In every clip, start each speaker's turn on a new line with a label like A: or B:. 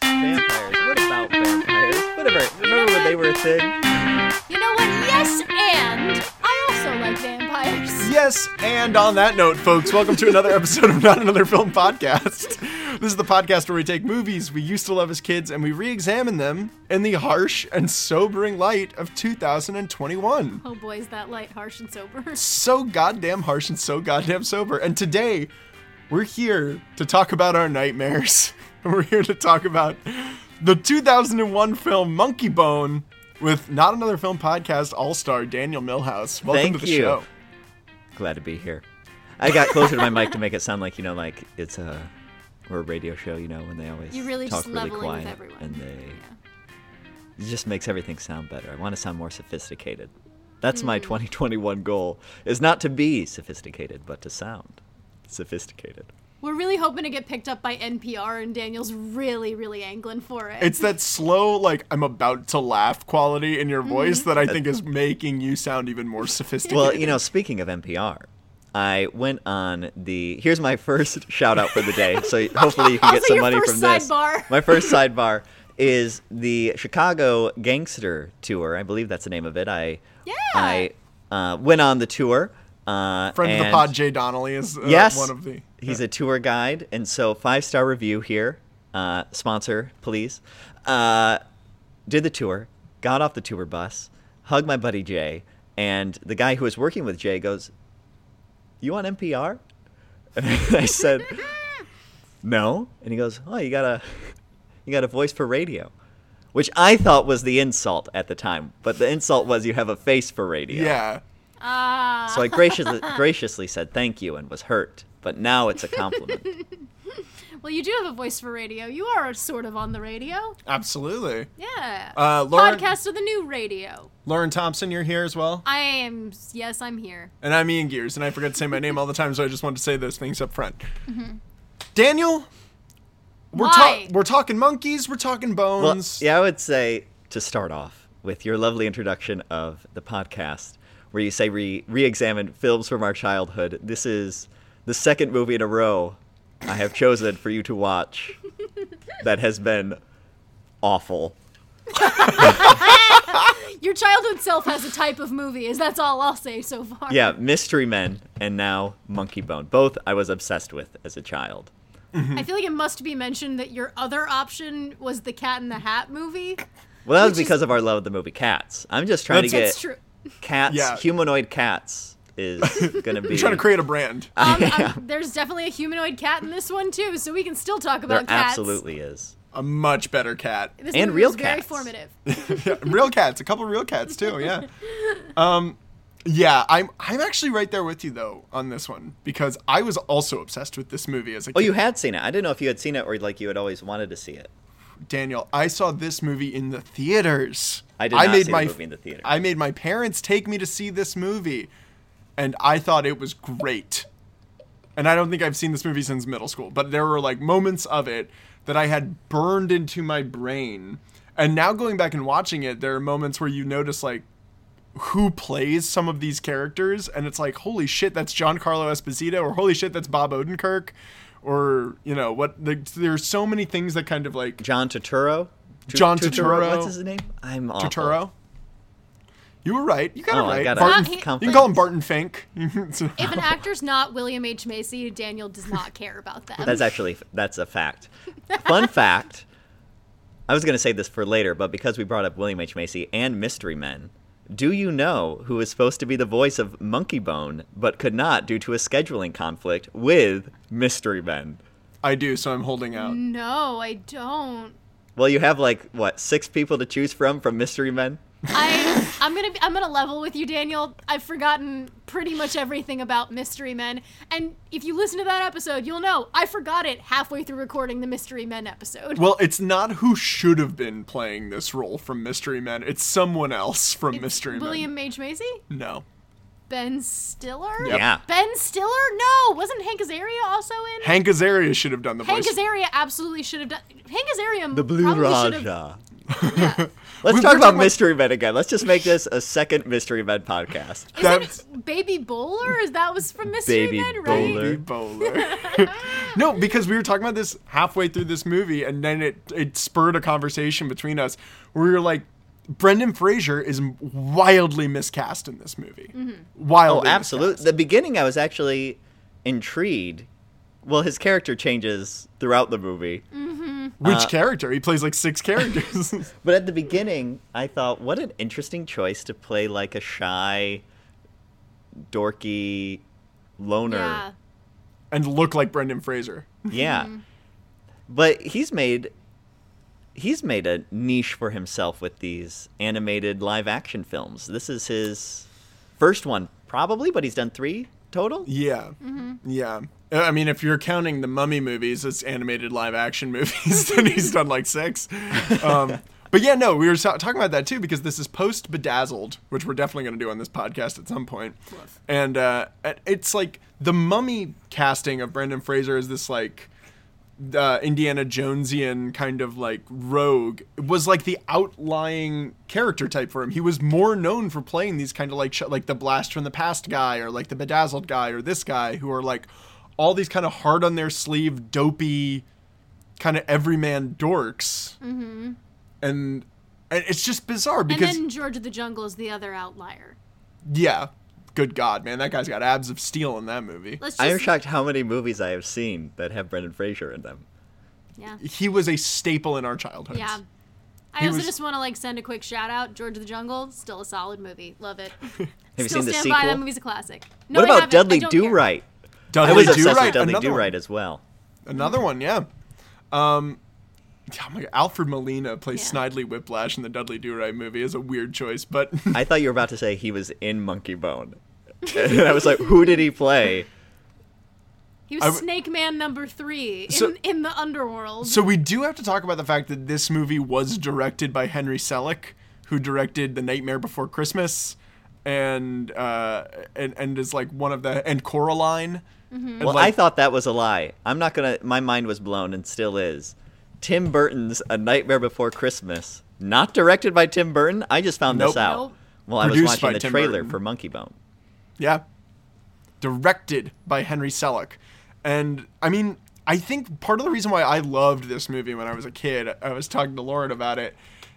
A: vampires? What about vampires? Whatever. Remember when they were a thing?
B: You know what? Yes, and I also like vampires.
C: Yes, and on that note, folks, welcome to another episode of Not Another Film Podcast. This is the podcast where we take movies we used to love as kids and we re examine them in the harsh and sobering light of 2021.
B: Oh boy, is that light harsh and sober.
C: So goddamn harsh and so goddamn sober. And today, we're here to talk about our nightmares. We're here to talk about the 2001 film Monkey Bone with Not Another Film Podcast All Star Daniel Millhouse. Welcome
A: Thank
C: to the
A: you.
C: show.
A: Glad to be here. I got closer to my mic to make it sound like you know, like it's a we're a radio show. You know, when they always
B: You're really
A: talk
B: just
A: really
B: leveling
A: quiet
B: with everyone.
A: and they
B: Yeah.
A: it just makes everything sound better. I want to sound more sophisticated. That's
B: Mm-hmm.
A: my 2021 goal: is not to be sophisticated, but to sound sophisticated.
B: We're really hoping to get picked up by NPR, and Daniel's really, really angling for it.
C: It's that slow, like I'm about to laugh quality in your voice that I think is making you sound even more sophisticated.
A: Well, you know, speaking of NPR, I went on the. Here's my first shout out for the day. So hopefully you can get
B: Also
A: some
B: your
A: money
B: first
A: from this.
B: sidebar.
A: My first sidebar is the Chicago Gangster Tour. I believe that's the name of it. I
B: Yeah.
A: I uh, went on the tour. Uh,
C: friend of the
A: and-
C: pod, Jay Donnelly is uh,
A: Yes.
C: one of the.
A: He's a tour guide, and so five star review here. Uh, sponsor, please. Uh, did the tour, got off the tour bus, hugged my buddy Jay, and the guy who was working with Jay goes, "You on NPR?" And I said, "No," and he goes, "Oh, you got a, you got a voice for radio." Which I thought was the insult at the time, but the insult was you have a face for radio.
C: uh, Yeah.
B: Ah.
A: So I graciously, graciously said thank you and was hurt, but now it's a compliment.
B: well, you do have a voice for radio. You are sort of on the radio.
C: absolutely.
B: Yeah.
C: Uh, Lauren-
B: Podcast of the new radio.
C: Lauren Thompson, you're here as well.
B: I am. Yes, I'm here.
C: And I'm Ian Gears, and I forget to say my name all the time, so I just wanted to say those things up front. Daniel, we're,
B: Why?
C: we're talking monkeys, we're talking
A: Well,
C: bones.
A: yeah, I would say to start off with your lovely introduction of the podcast, where you say re re-examine films from our childhood. This is the second movie in a row I have chosen for you to watch that has been awful.
B: Your childhood self has a type of movie, is that's all I'll say so far.
A: Yeah, Mystery Men and now Monkey Bone. Both I was obsessed with as a child.
B: I feel like it must be mentioned that your other option was the Cat in the Hat movie.
A: Well, that was
B: Which is-
A: because of our love of the movie Cats. I'm just trying to
B: That's
A: get
B: true.
A: cats,
C: Yeah.
A: humanoid cats, is going to be.
C: You're trying to create a brand.
B: Um, um, there's definitely a humanoid cat in this one too, so we can still talk
A: There
B: about cats.
A: absolutely is.
C: A much better cat.
B: This
A: And
B: movie
A: real
B: was very
A: cats.
B: formative.
C: Yeah, real cats, a couple real cats too. Yeah. Um, yeah, I'm I'm actually right there with you though on this one because I was also obsessed with this movie as a kid.
A: Oh, you had seen it. I didn't know if you had seen it or like you had always wanted to see it.
C: Daniel, I saw this movie in the theaters.
A: I did not see the movie in the theater.
C: I made my parents take me to see this movie, and I thought it was great. And I don't think I've seen this movie since middle school, but there were like moments of it that I had burned into my brain. And now going back and watching it, there are moments where you notice like who plays some of these characters, and it's like, holy shit, that's Giancarlo Esposito, or holy shit, that's Bob Odenkirk, or you know what? The, there are so many things that kind of like
A: John Turturro. Tu-
C: John Turturro.
A: What's his name? I'm awful.
C: Turturro. You were right. You got
A: Oh,
C: it
A: I
C: right.
A: got
C: Barton,
B: Ah, he-
A: it.
C: you can call him Barton Fink.
B: If an actor's not William H Macy, Daniel does not care about them.
A: That's actually that's a fact. Fun fact. I was going to say this for later, but because we brought up William H Macy and Mystery Men, do you know who was supposed to be the voice of Monkey Bone but could not due to a scheduling conflict with Mystery Men?
C: I do, so I'm holding out.
B: no, I don't.
A: Well, you have like what six people to choose from from Mystery Men.
B: I I'm gonna I'm gonna level with you, Daniel. I've forgotten pretty much everything about Mystery Men, and if you listen to that episode, you'll know I forgot it halfway through recording the Mystery Men episode.
C: Well, it's not who should have been playing this role from Mystery Men. It's someone else from Mystery
B: William H Macy,
C: Men. No.
B: Ben Stiller.
C: Yep.
A: Yeah.
B: Ben Stiller? No, wasn't Hank Azaria also in?
C: Hank Azaria should have done the
B: Hank
C: voice.
B: Azaria absolutely should have done. Hank Azaria
A: The Blue
B: probably
A: Raja.
B: should have- Yeah.
A: Let's
C: We-
A: talk
C: we're
A: about
C: talking about-
A: Mystery Men again. Let's just make this a second Mystery Men podcast.
C: That's-
B: Isn't Baby Bowler? Is that was from Mystery
A: Baby
B: Men, right?
A: Bowler.
C: Baby bowler. no, because we were talking about this halfway through this movie, and then it it spurred a conversation between us where we were like, Brendan Fraser is wildly miscast in this movie.
A: Oh,
C: Wildly,
A: absolutely.
C: miscast.
A: The beginning, I was actually intrigued. Well, his character changes throughout the movie,
C: Which character? He plays like six characters.
A: but at the beginning, I thought, what an interesting choice to play like a shy, dorky loner.
B: Yeah.
C: and look like Brendan Fraser.
A: Yeah. But he's made he's made a niche for himself with these animated live action films. This is his first one probably, but he's done 3 total.
C: Yeah. Yeah. Uh, I mean, if you're counting the Mummy movies as animated live action movies, then he's done like six. Um, but yeah, no, we were so- talking about that too because this is post Bedazzled, which we're definitely going to do on this podcast at some point. And uh, it- it's like the Mummy casting of Brendan Fraser is this like uh, Indiana Jonesian kind of like rogue was like the outlying character type for him. He was more known for playing these kind of like sh- like the blast from the past guy or like the bedazzled guy or this guy who are like all these kind of hard on their sleeve dopey kind of everyman dorks. Mm-hmm. And and it's just bizarre
B: And
C: because
B: then George of the Jungle is the other outlier.
C: yeah, good god, man, that guy's got abs of steel in that movie.
B: Let's just
A: I am shocked how many movies I have seen that have Brendan Fraser in them.
B: Yeah.
C: He was a staple in our childhoods.
B: Yeah. I
C: He
B: also
C: was-
B: just want to like send a quick shout out. George of the Jungle, still a solid movie. Love it.
A: Have you
B: still
A: seen the
B: stand
A: sequel?
B: by that movie's a classic. No,
A: what
B: I
A: about
B: haven't. I
A: Dudley
B: don't
A: Do
B: care.
A: Right? I
C: Dudley
A: was obsessed
C: Do-Right,
A: with Dudley
C: another
A: Do
C: one.
A: Right as well.
C: Another one, yeah. Um, oh my God, Alfred Molina plays
B: Yeah.
C: Snidely Whiplash in the Dudley Do Right movie is a weird choice, but
A: I thought you were about to say he was in Monkey Bone. and I was like, who did he play?
B: He was
C: I w-
B: Snake Man number three in,
C: So-
B: in the underworld.
C: so we do have to talk about the fact that this movie was directed by Henry Selick, who directed The Nightmare Before Christmas, and uh, and and is like one of the and Coraline. And
A: Well, I
C: like,
A: thought that was a lie. I'm not gonna. My mind was blown and still is. Tim Burton's A Nightmare Before Christmas, not directed by Tim Burton. I just found
C: Nope.
A: this out
B: Nope.
A: while I was
C: Produced
A: watching
C: by
A: the
C: Tim
A: trailer
C: Burton.
A: for Monkey Bone.
C: Yeah. Directed by Henry Selick. And I mean, I think part of the reason why I loved this movie when I was a kid, I was talking to Lauren about it,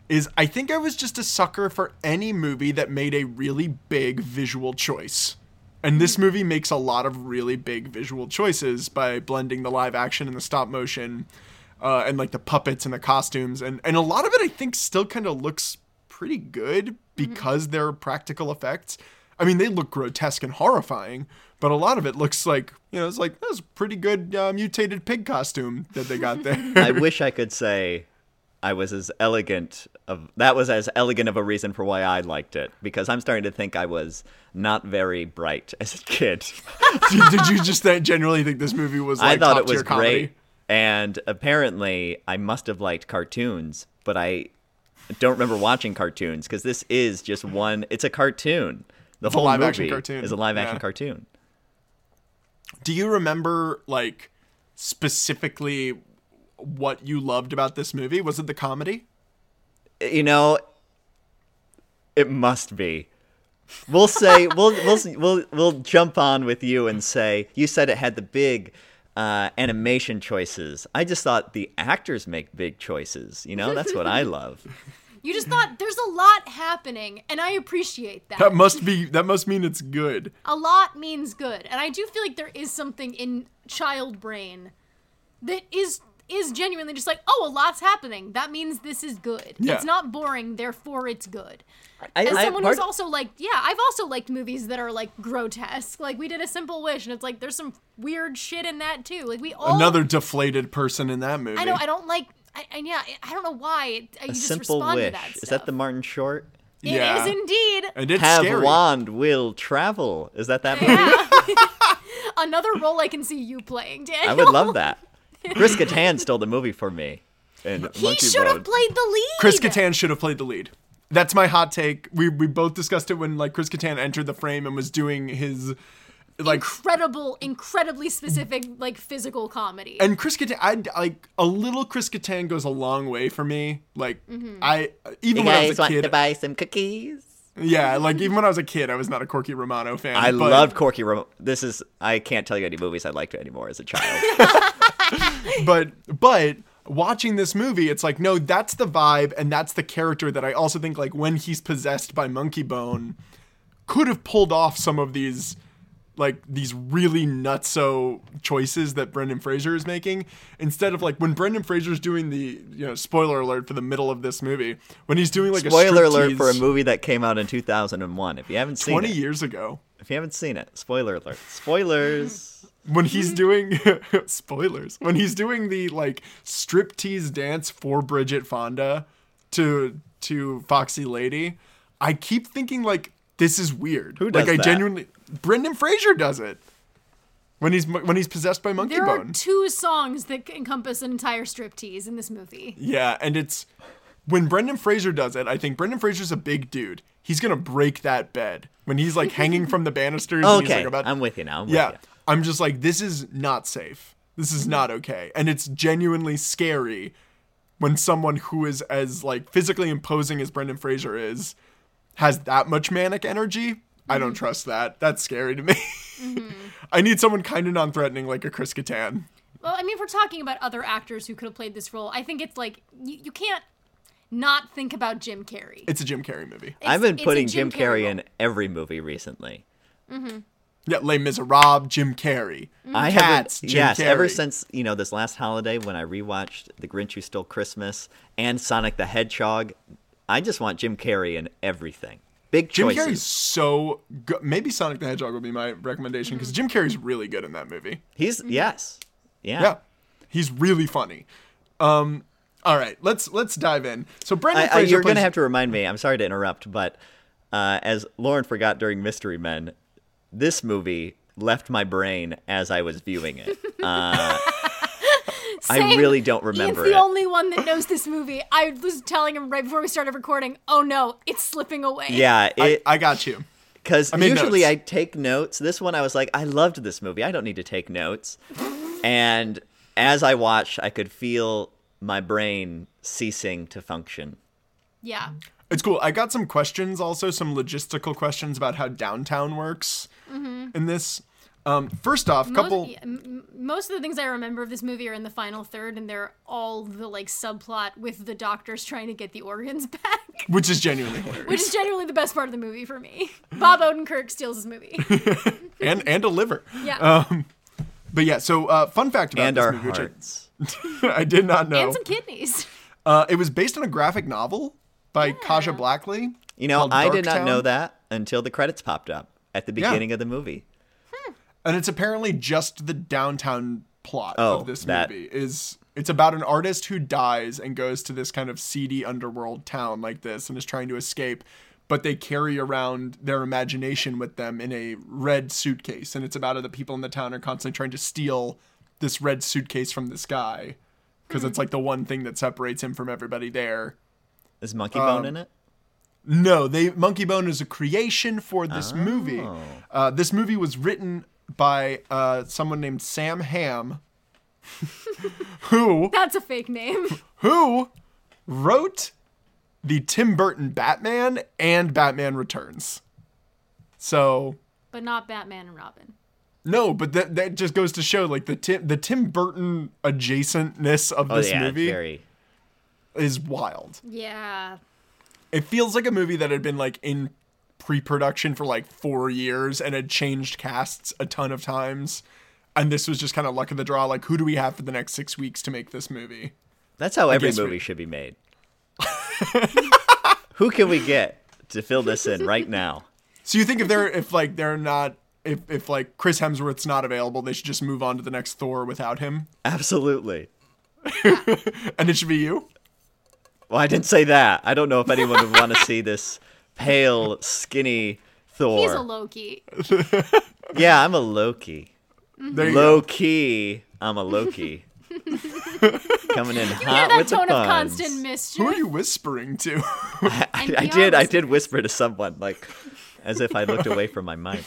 C: is I think I was just a sucker for any movie that made a really big visual choice. And this movie makes a lot of really big visual choices by blending the live action and the stop motion uh, and like the puppets and the costumes. And, and a lot of it, I think, still kind of looks pretty good
A: Mm-hmm.
C: because they're practical effects. I mean, they look grotesque and horrifying, but a lot of it looks like, you know, it's like, that's a pretty good uh, mutated pig costume that they got there.
A: I wish I could say I was as elegant of that was as elegant of a reason for why I liked it because I'm starting to think I was not very bright as a kid.
C: did, did you just that generally think this movie was like
A: I thought it
C: top-tier
A: was
C: comedy?
A: great, and apparently I must have liked cartoons, but I don't remember watching cartoons because this is just one. It's a cartoon. The
C: a
A: whole movie
C: live-action cartoon,
A: is a live action
C: yeah.
A: cartoon.
C: Do you remember like specifically what you loved about this movie? Was it the comedy?
A: You know, it must be. We'll say we'll we'll we'll we'll jump on with you and say you said it had the big. Uh, animation choices. I just thought the actors make big choices. You know, that's what I love.
B: you just thought there's a lot happening, and I appreciate that.
C: That must be that must mean it's good.
B: a lot means good, and I do feel like there is something in child brain that is is genuinely just like, oh, a lot's happening. That means this is good.
C: Yeah.
B: It's not boring, therefore it's good.
A: I,
B: As
A: I-
B: someone
A: part-
B: who's also like, yeah, I've also liked movies that are like grotesque. Like we did a simple wish, and it's like there's some weird shit in that too. Like we
A: Oh.
B: all
C: Another deflated person in that movie.
B: I know I don't like. I, I yeah. I don't know why. It, I, you
A: a
B: just
A: simple
B: respond
A: wish.
B: to that. Stuff.
A: Is that the Martin Short?
B: It is
C: Yeah.
B: indeed.
C: and it's
A: Have
C: scary.
A: wand will travel. Is that that movie?
B: Yeah. Another role I can see you playing, Daniel.
A: I would love that. Chris Kattan stole the movie for me. And
B: He should have played the lead.
C: Chris Kattan should have played the lead. That's my hot take. We we both discussed it when like Chris Kattan entered the frame and was doing his like
B: incredible, incredibly specific, like physical comedy.
C: and Chris Kattan, I like a little Chris Kattan goes a long way for me. Like I even when I was a kid,
A: buy some cookies?
C: yeah, like even when I was a kid, I was not a Corky Romano fan.
A: I
C: but
A: loved Corky. Ram- this is I can't tell you any movies I liked anymore as a child.
C: but but watching this movie it's like no that's the vibe and that's the character that i also think like when he's possessed by monkey bone could have pulled off some of these like these really nutso choices that Brendan Fraser is making instead of like when Brendan Fraser's doing the you know spoiler alert for the middle of this movie when he's doing like
A: spoiler
C: a
A: alert for a
C: striptease
A: movie that came out in 2001. If you haven't seen
C: 20
A: it,
C: years ago
A: if you haven't seen it, spoiler alert. Spoilers.
C: when he's doing
A: Mm-hmm.
C: spoilers when he's doing the like striptease dance for Bridget Fonda to to Foxy Lady, I keep thinking like this is weird.
A: Who
C: like
A: does
C: I
A: that?
C: genuinely Brendan Fraser does it when he's when he's possessed by Monkey
B: there
C: Bone.
B: are two songs that encompass an entire striptease in this movie.
C: yeah, and it's when Brendan Fraser does it. I think Brendan Fraser's a big dude. He's gonna break that bed when he's like hanging from the banisters. and he's,
A: okay,
C: like, about
A: I'm with you now. I'm
C: yeah.
A: With you.
C: I'm just like, this is not safe. This is not okay. And it's genuinely scary when someone who is as like physically imposing as Brendan Fraser is has that much manic energy. I don't trust that. That's scary to me. I need someone kind of non-threatening like a Chris Kattan.
B: Well, I mean, if we're talking about other actors who could have played this role, I think it's like you, you can't not think about Jim Carrey.
C: It's a Jim Carrey movie.
B: It's-
A: I've been
B: it's a
A: putting Jim, Carrey
B: role.
A: in every movie recently.
C: Yeah, Les Miserables, Jim Carrey.
B: Mm.
A: I
C: Cats,
A: haven't.
C: Jim
A: yes, ever
C: Carrey.
A: since you know this last holiday when I rewatched The Grinch Who Stole Christmas and Sonic the Hedgehog, I just want Jim Carrey in everything. Big
C: Jim
A: choices.
C: Carrey's so good. Maybe Sonic the Hedgehog would be my recommendation because Jim Carrey's really good in that movie.
A: He's
B: Mm-hmm.
A: yes, yeah.
C: Yeah. He's really funny. Um all right, let's let's dive in. So Brendan
A: I, I,
C: Fraser
A: you're
C: plays,
A: going to have to remind me. I'm sorry to interrupt, but uh, as Lauren forgot during Mystery Men, this movie left my brain as I was viewing it. Uh, I
B: Same.
A: really don't remember
B: Ian's
A: it.
B: the only one that knows this movie. I was telling him right before we started recording. Oh no, it's slipping away.
A: yeah,
C: I,
A: it
C: I got you.
A: because
C: made
A: usually
C: notes.
A: I take notes. This one I was like, I loved this movie. I don't need to take notes. and as I watched, I could feel my brain ceasing to function.
B: yeah.
C: It's cool. I got some questions also, some logistical questions about how downtown works in this. Um first off,
B: Mm-hmm.
C: couple
B: Most, yeah, m- m- most of the things I remember of this movie are in the final third, and they're all the like subplot with the doctors trying to get the organs back,
C: which is genuinely hilarious.
B: which is generally the best part of the movie for me. Bob Odenkirk steals his movie.
C: and and a liver.
B: Yeah,
A: Oh.
C: But yeah, so uh fun fact about
A: And
C: this
A: our
C: movie, which I-
A: hearts.
C: I, did not know.
B: and some kidneys.
C: Uh it was based on a graphic novel by Kaja Blackley.
A: You know,
C: called
A: I did not
C: Darktown.
A: know that until the credits popped up at the beginning of the movie.
C: and it's apparently just the downtown plot
A: Oh,
C: of this
A: that-
C: movie is it's about an artist who dies and goes to this kind of seedy underworld town like this and is trying to escape but they carry around their imagination with them in a red suitcase and it's about how the people in the town are constantly trying to steal this red suitcase from this guy because it's like the one thing that separates him from everybody there
A: Is Monkey Bone in it?
C: no, they Monkey Bone is a creation for this
A: Oh.
C: movie. Uh, this movie was written by uh, someone named Sam Ham,
A: Oh.
C: who
B: That's a fake name.
C: who wrote the Tim Burton Batman and Batman Returns. So
B: but not Batman and Robin.
C: no, but that that just goes to show like the Tim the Tim Burton adjacentness of
A: Oh
C: this
A: yeah,
C: movie
A: it's very.
C: is wild.
B: Yeah.
C: It feels like a movie that had been like in pre-production for like four years and had changed casts a ton of times. And this was just kind of luck of the draw. Like, who do we have for the next six weeks to make this movie?
A: That's how every
C: guess we-
A: movie should be made. Who can we get to fill this in right now?
C: So you think if they're if like they're not if if like Chris Hemsworth's not available, they should just move on to the next Thor without him,
A: Absolutely.
C: and it should be you.
A: Well, I didn't say that. I don't know if anyone would want to see this pale, skinny Thor.
B: He's a Loki.
A: yeah, I'm a Loki.
B: Mm-hmm.
C: There you
A: Low key, I'm a Loki. Coming in
B: Hear
A: hot
B: that
A: with
B: tone
A: the
B: of
A: puns.
B: constant
C: go. Who are
B: mischief.
C: you whispering to?
A: I,
B: And
A: I
B: beyond
A: did. I
B: this-
A: did whisper to someone, like, as if I looked away from my mic.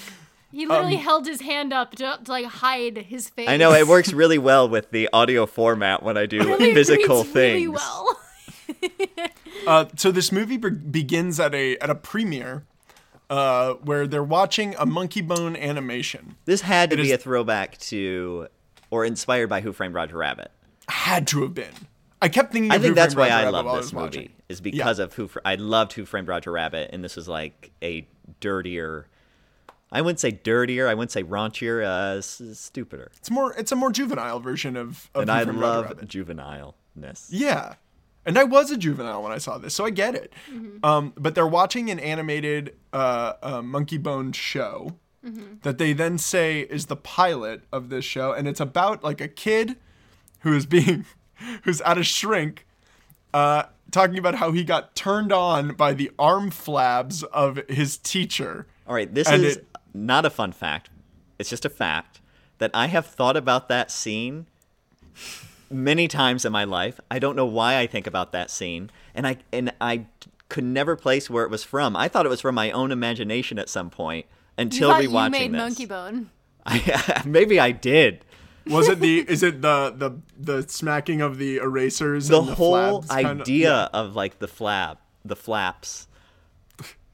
B: He literally held his hand up to, to like hide his face.
A: um, I know it works really well with the audio format when I do
B: It reads
A: physical things.
B: Really well.
C: Uh, so this movie be- begins at a at a premiere, uh, where they're watching a monkey bone animation.
A: This had to be
C: is-
A: a throwback to, or inspired by Who Framed Roger Rabbit.
C: Had to have been. I kept thinking.
A: I
C: of
A: think
C: Who
A: that's
C: Framed
A: why
C: Roger
A: I
C: Rabbit
A: love
C: while
A: this
C: was
A: movie
C: watching.
A: is because of Who Fr- I loved Who Framed Roger Rabbit, and this was like a dirtier. I wouldn't say dirtier. I wouldn't say raunchier. Uh, s- stupider.
C: It's more. It's a more juvenile version of. of
A: And
C: Who
A: I
C: Framed Roger
A: love
C: Rabbit.
A: juvenileness.
C: Yeah. And I was a juvenile when I saw this, so I get it. Um, but they're watching an animated uh, uh, monkey bone show that they then say is the pilot of this show, and it's about like a kid who is being who's at a shrink, uh, talking about how he got turned on by the arm flabs of his teacher.
A: All right, this
C: And
A: is
C: it-
A: not a fun fact. It's just a fact that I have thought about that scene many times in my life. I don't know why I think about that scene, and I and I could never place where it was from. I thought it was from my own imagination at some point
B: You
A: until
B: thought
A: rewatching
B: you made
A: this.
B: Monkey Bone.
A: I, maybe I did.
C: Was it the is it the the the smacking of the erasers?
A: The,
C: and the
A: whole
C: flabs kinda-
A: idea of like the flap, the flaps,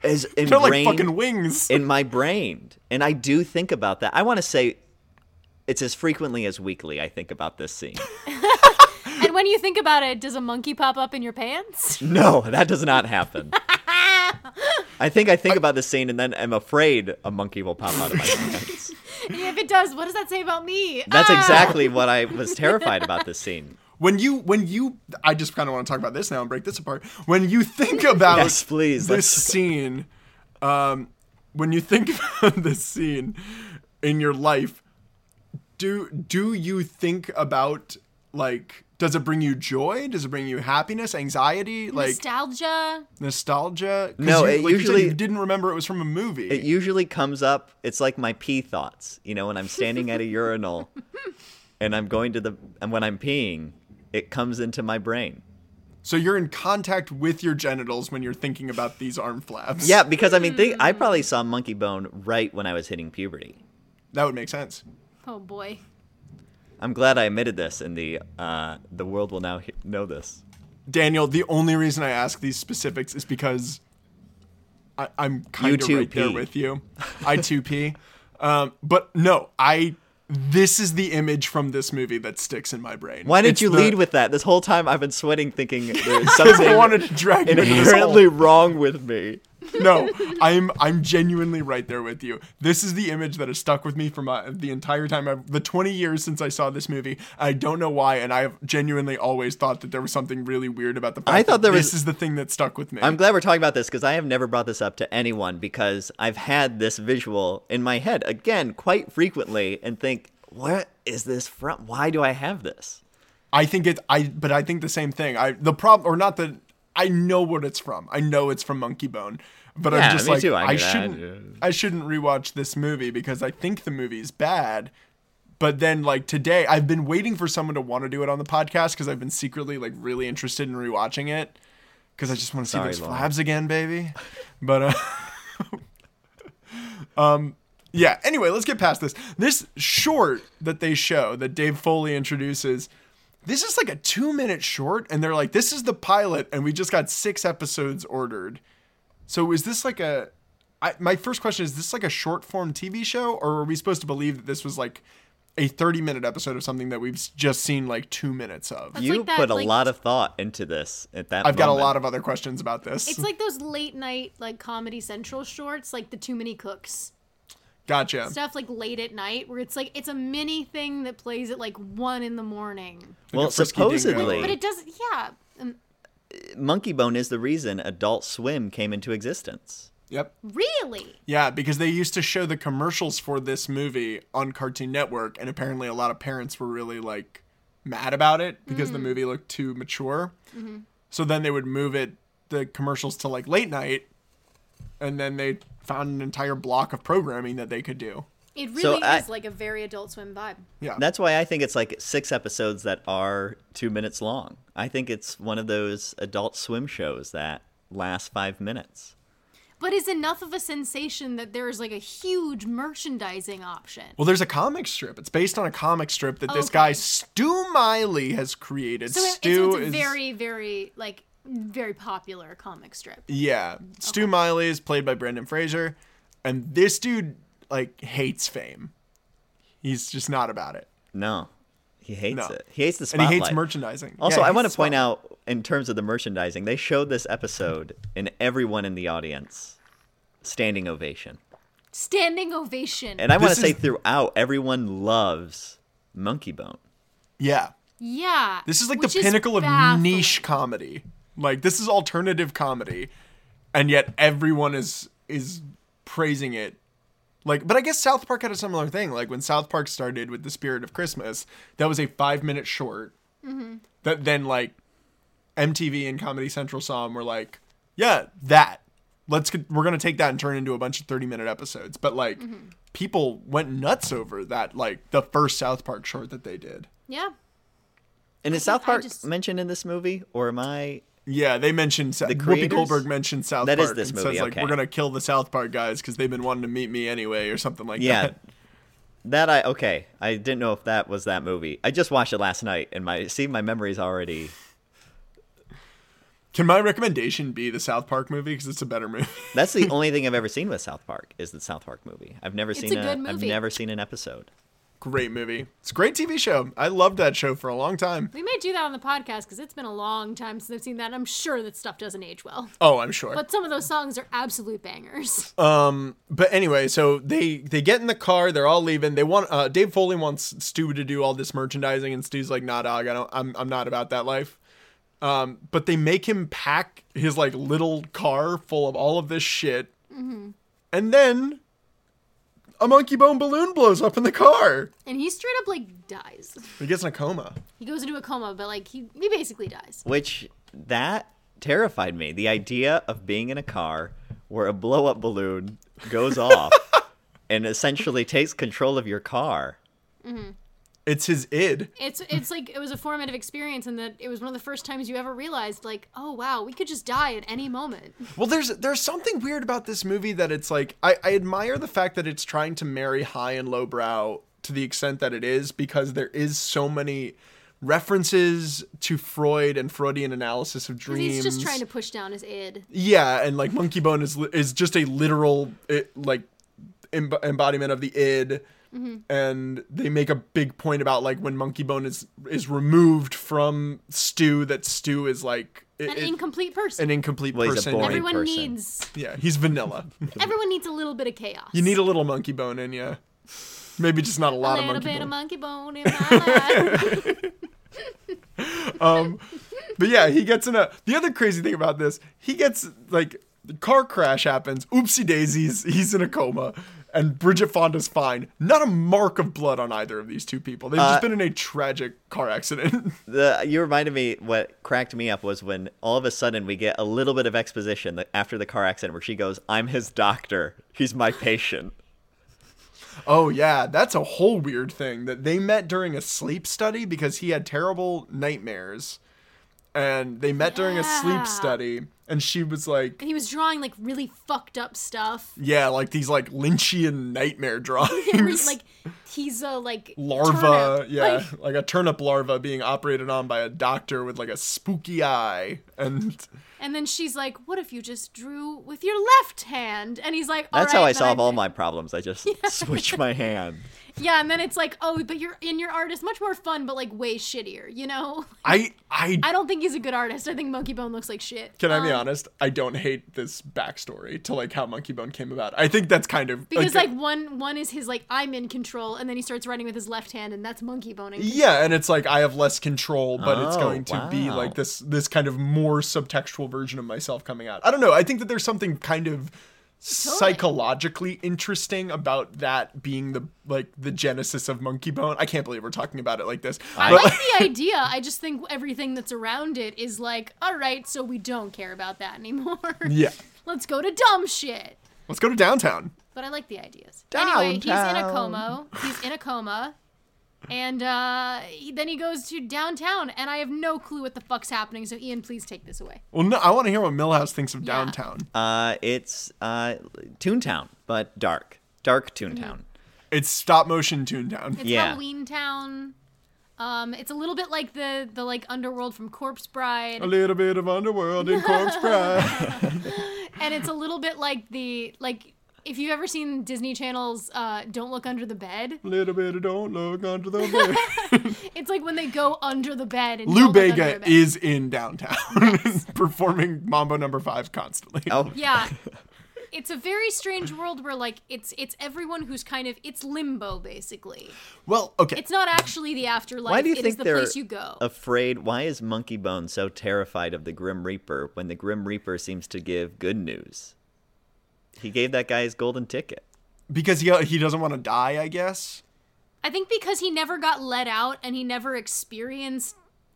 A: is
C: They're like
A: ingrained
C: fucking wings.
A: in my brain. And I do think about that. I want to say it's as frequently as weekly I think about this scene.
B: And when you think about it, does a monkey pop up in your pants?
A: No, that does not happen. I think I think about this scene and then I'm afraid a monkey will pop out of my pants.
B: And if it does, what does that say about me?
A: That's
B: Ah!
A: exactly what I was terrified about this scene.
C: when you when you i just kind of want to talk about this now and break this apart when you think about
A: Yes, please,
C: this
A: let's-
C: scene um when you think about this scene in your life do do you think about like does it bring you joy does it bring you happiness anxiety like
B: nostalgia.
C: nostalgia 'Cause
A: No,
C: you,
A: it
C: like you said,
A: usually-
C: you didn't remember it was from a movie
A: It usually comes up. It's like my pee thoughts, you know, when I'm standing at a urinal and I'm going to the and when I'm peeing, it comes into my brain.
C: so you're in contact with your genitals when you're thinking about these arm flaps
A: Yeah, because I mean, think, I probably saw Monkey Bone right when I was hitting puberty.
C: that would make sense
B: Oh boy.
A: I'm glad I admitted this, and the uh, the world will now he- know this.
C: Daniel, the only reason I ask these specifics is because I, I'm
A: You
C: kind of
A: too,
C: right there
A: P.
C: with you. I too P. Um, but no, I. This is the image from this movie that sticks in my brain.
A: Why did
C: It's
A: you
C: the-
A: lead with that? This whole time I've been sweating, thinking there's something
C: I wanted to drag you into this hole.
A: inherently wrong with me.
C: No, I'm I'm genuinely right there with you. This is the image that has stuck with me for my, the entire time, I've, the 20 years since I saw this movie. I don't know why, and I have genuinely always thought that there was something really weird about the. Fact
A: I thought
C: that
A: there
C: This
A: was-
C: is the thing that stuck with me.
A: I'm glad we're talking about this because I have never brought this up to anyone because I've had this visual in my head again quite frequently and think, what is this from? Why do I have this?
C: I think it. I but I think the same thing. I the problem or not the. I know what it's from. I know it's from Monkey Bone, but
A: Yeah,
C: I'm just
A: me
C: like
A: too. I
C: I,
A: knew that.
C: shouldn't. I shouldn't rewatch this movie because I think the movie's bad. But then like today, I've been waiting for someone to want to do it on the podcast because I've been secretly like really interested in rewatching it because I just want to see
A: Sorry,
C: those
A: Lauren.
C: flabs again, baby. But uh, yeah. Anyway, let's get past this. This short that they show that Dave Foley introduces, this is like a two minute short, and they're like, "This is the pilot," and we just got six episodes ordered. So is this like a? I, my first question is: is This like a short form TV show, or are we supposed to believe that this was like a thirty minute episode of something that we've s- just seen like two minutes of?
B: That's
A: you
B: like that,
A: put a
B: like-
A: lot of thought into this at that
C: I've got a lot of other questions about this.
B: It's like those late night like Comedy Central shorts, like the Too Many Cooks
C: gotcha.
B: stuff, like late at night, where it's like it's a mini thing that plays at like one in the morning.
A: Well,
C: a frisky dingo.
A: supposedly,
B: But it doesn't. Yeah. Um,
A: Monkey Bone is the reason Adult Swim came into existence.
C: Yep.
B: really.
C: Yeah, because they used to show the commercials for this movie on Cartoon Network, and apparently a lot of parents were really like mad about it because
B: Mm.
C: the movie looked too mature.
B: Mm-hmm.
C: So then they would move it the commercials to like late night, and then they found an entire block of programming that they could do.
B: It
A: So
B: really
A: I-
B: is like a very Adult Swim vibe.
C: Yeah,
A: That's why I think it's like six episodes that are two minutes long. I think it's one of those adult swim shows that lasts five minutes.
B: but is enough of a sensation that there is like a huge merchandising option.
C: Well, there's a comic strip. It's based on a comic strip that this
B: Oh, Okay.
C: guy Stu Miley has created.
B: So it- it's,
C: Stu
B: it's a
C: is
B: very, very like very popular comic strip.
C: yeah. Stu Miley is played by Brendan Fraser, and this dude like hates fame. He's just not about it,
A: No, he hates
C: No.
A: it. He hates the
C: and
A: spotlight.
C: he hates merchandising.
A: Also,
C: Yeah,
A: I
C: he
A: want
C: hates
A: to point
C: spotlight.
A: out in terms of the merchandising, they showed this episode and everyone in the audience standing ovation.
B: Standing ovation.
A: And I want
C: This
A: to say
C: is-
A: throughout, everyone loves Monkey Bone.
C: Yeah,
B: yeah.
C: This is like
B: which
C: the pinnacle of
B: baffling.
C: niche comedy. Like this is alternative comedy, and yet everyone is is praising it. Like, but I guess South Park had a similar thing. Like when South Park started with the Spirit of Christmas, that was a five minute short.
B: Mm-hmm.
C: That then like MTV and Comedy Central saw and were like, yeah, that. Let's get, we're gonna take that and turn it into a bunch of thirty minute episodes. But like,
B: Mm-hmm.
C: people went nuts over that. Like the first South Park short that they did.
B: Yeah.
A: And is
B: think
A: South
B: I
A: Park
B: just-
A: mentioned in this movie, or am I?
C: Yeah, they mentioned Sa- Whoopi
A: creators?
C: Goldberg mentioned South
A: That is
C: Park
A: this
C: and
A: movie,
C: says like
A: okay.
C: we're gonna kill the South Park guys because they've been wanting to meet me anyway or something like
A: Yeah,
C: that.
A: that I okay. I didn't know if that was that movie. I just watched it last night, and my see my memories already.
C: Can my recommendation be the South Park movie because it's a better movie?
A: That's the only thing I've ever seen with South Park is the South Park movie. I've never seen
B: a good
A: I've
B: movie.
A: never seen an episode.
C: great movie. It's a great TV show. I loved that show for a long time.
B: We may do that on the podcast because it's been a long time since I've seen that. and I'm sure that stuff doesn't age well.
C: Oh, I'm sure.
B: But some of those songs are absolute bangers.
C: Uh. but anyway, so they they get in the car, they're all leaving. They want uh, Dave Foley wants Stu to do all this merchandising, and Stu's like, "Nah, dog, I don't, I'm I'm not about that life." Um, but they make him pack his like little car full of all of this shit, and then a monkey bone balloon blows up in the car.
B: and he straight up like dies.
C: He gets in a coma.
B: He goes into a coma, but like he, he basically dies.
A: which that terrified me. The idea of being in a car where a blow up balloon goes off and essentially takes control of your car.
C: It's his id.
B: It's it's like it was a formative experience and that it was one of the first times you ever realized like, oh wow, we could just die at any moment.
C: Well, there's there's something weird about this movie that it's like I, I admire the fact that it's trying to marry high and lowbrow to the extent that it is because there is so many references to Freud and Freudian analysis of dreams.
B: He's just trying to push down his id.
C: yeah, and like Monkey Bone is li- is just a literal it, like em- embodiment of the id.
B: Mm-hmm.
C: And they make a big point about like when Monkey Bone is is removed from Stew, that Stew is like it-
B: An
C: it-
B: incomplete person.
C: an incomplete
A: Well, he's a
C: person.
A: boring-
B: everyone
A: person.
B: needs
C: Yeah, he's vanilla.
B: everyone needs a little bit of chaos.
C: You need a little monkey bone in you. Maybe just not a
B: a
C: lot
B: little
C: of monkey
B: bit of monkey bone
C: bone.
B: in my life.
C: but yeah, he gets in a. The other crazy thing about this, he gets like the car crash happens. Oopsie daisies. He's in a coma, and Bridget Fonda's fine. Not a mark of blood on either of these two people. They've
A: Uh,
C: just been in a tragic car accident.
A: The you reminded me what cracked me up was when all of a sudden we get a little bit of exposition that after the car accident where she goes, "I'm his doctor. He's my patient."
C: oh yeah, that's a whole weird thing that they met during a sleep study because he had terrible nightmares, and they met during a
B: Yeah.
C: sleep study, and she was like.
B: he was drawing like really fucked up stuff.
C: Yeah, like these like Lynchian nightmare
B: Where,
C: drawings.
B: like he's a like turnip.
C: larva, yeah, like, a turnip larva being operated on by a doctor with like a spooky eye, and
B: And then she's like, "What if you just drew with your left hand?" And he's like, "All
A: That's
B: right,
A: how I
B: then
A: solve all my problems. I just switch my hand.
B: Yeah, and then it's like, "Oh, but your in your art is much more fun, but like way shittier." You know,
C: I, I,
B: I don't think he's a good artist. I think Monkey Bone looks like shit.
C: can I be
B: Um,
C: honest? I don't hate this backstory to like how Monkey Bone came about. I think that's kind of
B: Because like one one is his like I'm in control, and then he starts writing with his left hand, and that's Monkey Boning.
C: yeah, and it's like I have less control, but it's
A: Oh,
C: going to be
A: wow.
C: like this this kind of more subtextual version of myself coming out. I don't know. I think that there's something kind of psychologically interesting about that being the like the genesis of monkey bone i can't believe we're talking about it like this
B: I
C: But-
B: like the idea. I just think everything that's around it is like, all right, so we don't care about that anymore.
C: yeah
B: Let's go to dumb shit.
C: let's go to downtown
B: But I like the ideas. Anyway, he's in a
A: Downtown.
B: coma. He's in a coma. And uh, he, then he goes to downtown, and I have no clue what the fuck's happening. So Ian, please take this away.
C: Well, no, I want to hear what Millhouse thinks of downtown.
A: Uh, it's uh, Toontown, but dark, dark Toontown.
B: Mm-hmm.
C: It's stop motion Toontown.
B: It's
A: Yeah.
B: Halloween Town. Um, it's a little bit like the the like underworld from Corpse Bride,
C: A little bit of underworld in Corpse Bride.
B: and it's a little bit like the like if you've ever seen Disney Channel's uh, Don't Look Under the Bed.
C: A little bit of don't look under the bed.
B: It's like when they go under the bed. And
C: Lou
B: don't look under
C: Bega
B: the bed.
C: is in downtown, performing Mambo Number Five constantly.
A: Oh,
B: Yeah. It's a very strange world where like it's it's everyone who's kind of it's limbo basically.
C: Well, okay.
B: It's not actually the afterlife.
A: why do you
B: It is
A: think
B: the
A: they're
B: place you go.
A: afraid? Why is Monkey Bone so terrified of the Grim Reaper when the Grim Reaper seems to give good news? He gave that guy his golden ticket.
C: because he he doesn't want to die, I guess.
B: I think because he never got let out and he never experienced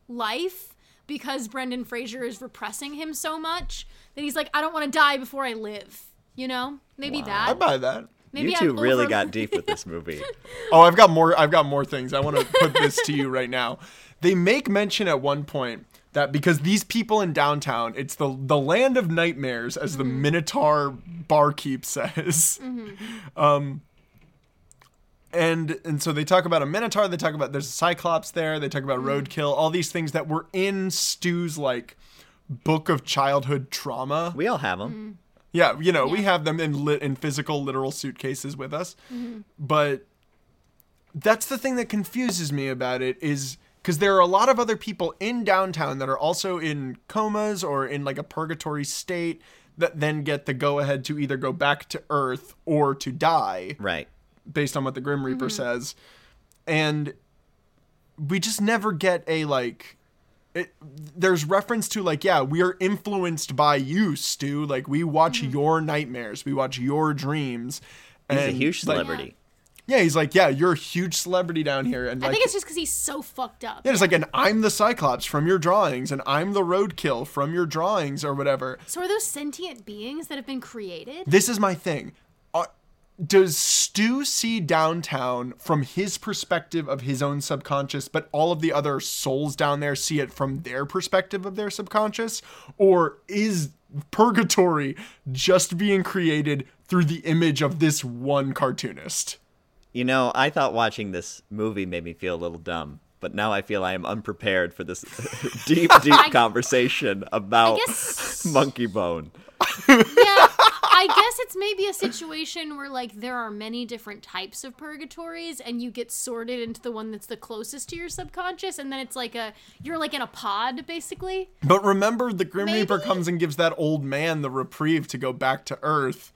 B: life because Brendan Fraser is repressing him so much that he's like, I don't want to die before I live. You know, maybe
C: I
B: that.
C: buy that.
B: Maybe
A: you two
B: I'm
A: really
B: over-
A: got deep with this movie.
C: Oh, I've got more. I've got more things. I want to put this to you right now. They make mention at one point that because these people in downtown, it's the the land of nightmares, as the Minotaur barkeep says. Um, and and so they talk about a Minotaur. They talk about there's a Cyclops there. They talk about roadkill. All these things that were in Stu's like book of childhood trauma.
A: We all have them.
C: Yeah, you know, we
B: Yeah.
C: have them in lit in physical literal suitcases with us. But that's the thing that confuses me about it is cuz there are a lot of other people in downtown that are also in comas or in like a purgatory state that then get the go ahead to either go back to earth or to die
A: Right.
C: based on what the Grim
B: Mm-hmm.
C: Reaper says. And we just never get a like it, there's reference to like yeah we are influenced by you stu like we watch
B: Mm-hmm.
C: your nightmares we watch your dreams and
A: He's a huge
C: like-
A: celebrity.
C: yeah he's like yeah you're a huge celebrity down here and
B: I
C: like
B: think it's just because he's so fucked up.
C: yeah, it's like and i'm the cyclops from your drawings and i'm the roadkill from your drawings or whatever
B: So are those sentient beings that have been created?
C: this is my thing. Are, does Stu see downtown from his perspective of his own subconscious, but all of the other souls down there see it from their perspective of their subconscious? Or is purgatory just being created through the image of this one cartoonist?
A: You know, I thought watching this movie made me feel a little dumb, but now I feel I am unprepared for this deep, deep conversation about
B: guess-
A: Monkey Bone.
B: yeah, I guess it's maybe a situation where like there are many different types of purgatories, and you get sorted into the one that's the closest to your subconscious, and then it's like a you're like in a pod basically.
C: But remember, the Grim Reaper
B: Maybe-
C: comes and gives that old man the reprieve to go back to Earth,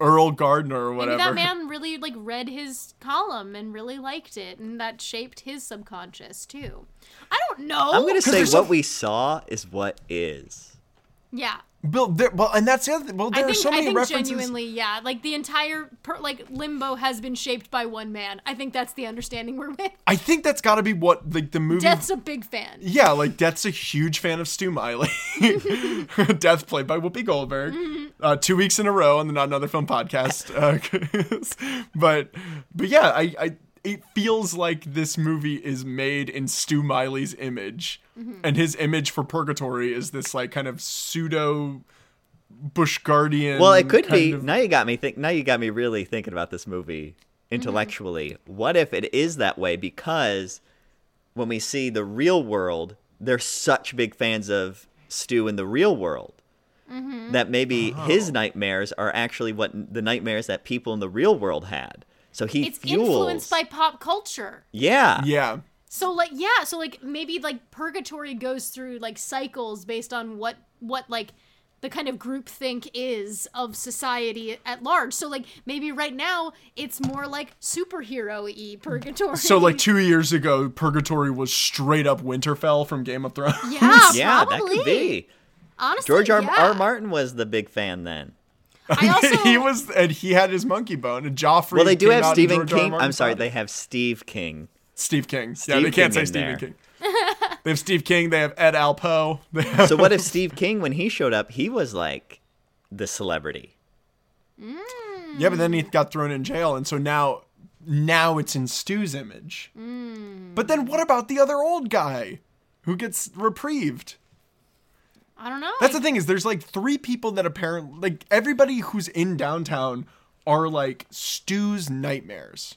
C: Earl Gardner or whatever.
B: Mm-hmm. Maybe that man really like read his column and really liked it, and that shaped his subconscious too. I don't know.
A: I'm going to say
C: Oh, there's
A: what
C: a-
A: we saw is what is.
B: yeah.
C: Bill, there, well, and that's the other. Well,
B: I
C: there are
B: think,
C: so
B: I
C: many
B: think
C: references.
B: genuinely, yeah. Like the entire, per, like, limbo has been shaped by one man. I think that's the understanding we're with.
C: I think that's got to be what like the movie.
B: Death's a big fan.
C: yeah, like Death's a huge fan of Stu Miley. Death played by Whoopi Goldberg, uh, two weeks in a row on the Not Another Film podcast. Uh, but but yeah, I, I it feels like this movie is made in Stu Miley's image, and his image for Purgatory is this like kind of pseudo Bush Guardian.
A: Well, it could
C: kind
A: be.
C: of-
A: Now you got me think. Now you got me really thinking about this movie intellectually.
B: Mm-hmm.
A: What if it is that way? Because when we see the real world, they're such big fans of Stu in the real world
B: Mm-hmm.
A: that maybe
B: Oh.
A: his nightmares are actually what n- the nightmares that people in the real world had. So he
B: it's
A: fuels.
B: influenced by pop culture.
A: yeah.
C: yeah.
B: So like yeah, so like maybe like purgatory goes through like cycles based on what what like the kind of groupthink is of society at large. So like maybe right now it's more like superhero y purgatory.
C: So like two years ago, Purgatory was straight up Winterfell from Game of Thrones.
B: yeah,
A: Yeah,
B: probably.
A: that could be.
B: Honestly,
A: George R.
B: yeah.
A: R. Martin was the big fan then.
B: I also
C: he was, and he had his monkey bone, and Joffrey.
A: Well, they do
C: came
A: have
C: out in
A: Stephen
C: George R. R.
A: King. I'm
C: Martin's
A: sorry,
C: body.
A: they have Steve King.
C: Steve King. yeah,
A: Steve
C: they
A: King
C: can't say Stephen
A: in
C: King. They have Steve King. They have Ed Alpo. They have,
A: So what if Steve King, when he showed up, he was like the celebrity?
C: yeah, but then he got thrown in jail, and so now now it's in Stu's image.
B: Hmm.
C: But then what about the other old guy who gets reprieved?
B: I don't know.
C: That's the thing is there's like three people that apparently like everybody who's in downtown are like Stu's nightmares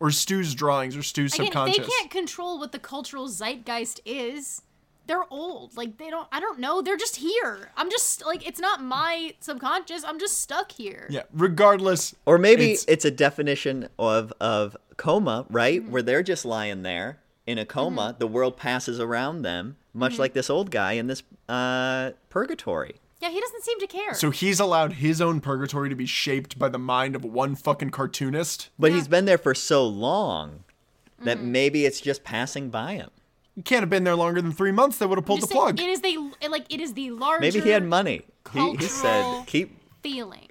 C: or Stu's drawings or Stu's
B: Mm-hmm. Again,
C: subconscious.
B: they can't control what the cultural zeitgeist is. They're old. Like they don't I don't know. They're just here. I'm just like it's not my subconscious. I'm just stuck here.
C: yeah, regardless.
A: Or maybe it's,
C: It's-
A: a definition of of coma, right? Where they're just lying there in a coma, the world passes around them, much like this old guy in this uh, purgatory.
B: Yeah, he doesn't seem to care.
C: So he's allowed his own purgatory to be shaped by the mind of one fucking cartoonist.
A: But he's been there for so long that maybe it's just passing by him.
C: He can't have been there longer than three months. They would have pulled the
B: Just
C: plug.
B: say- It is the like it is the larger
A: Maybe he had money. He, he
B: cultural-
A: said, "Keep."
B: feeling.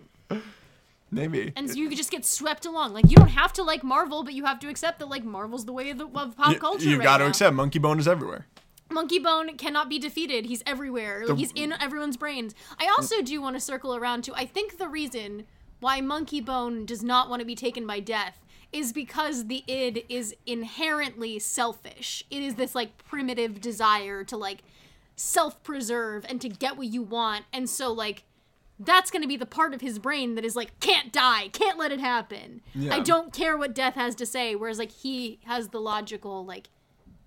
C: Maybe.
B: And so you could just get swept along. Like you don't have to like Marvel, but you have to accept that like Marvel's the way of, the, of pop
C: You-
B: culture.
C: you
B: right
C: got to
B: now.
C: accept monkey bone is everywhere.
B: Monkey Bone cannot be defeated. He's everywhere. Like, he's in everyone's brains. I also do want to circle around to I think the reason why Monkey Bone does not want to be taken by death is because the id is inherently selfish. It is this like primitive desire to like self-preserve and to get what you want. And so like that's going to be the part of his brain that is like can't die, can't let it happen. I
C: Yeah.
B: don't care what death has to say whereas like he has the logical like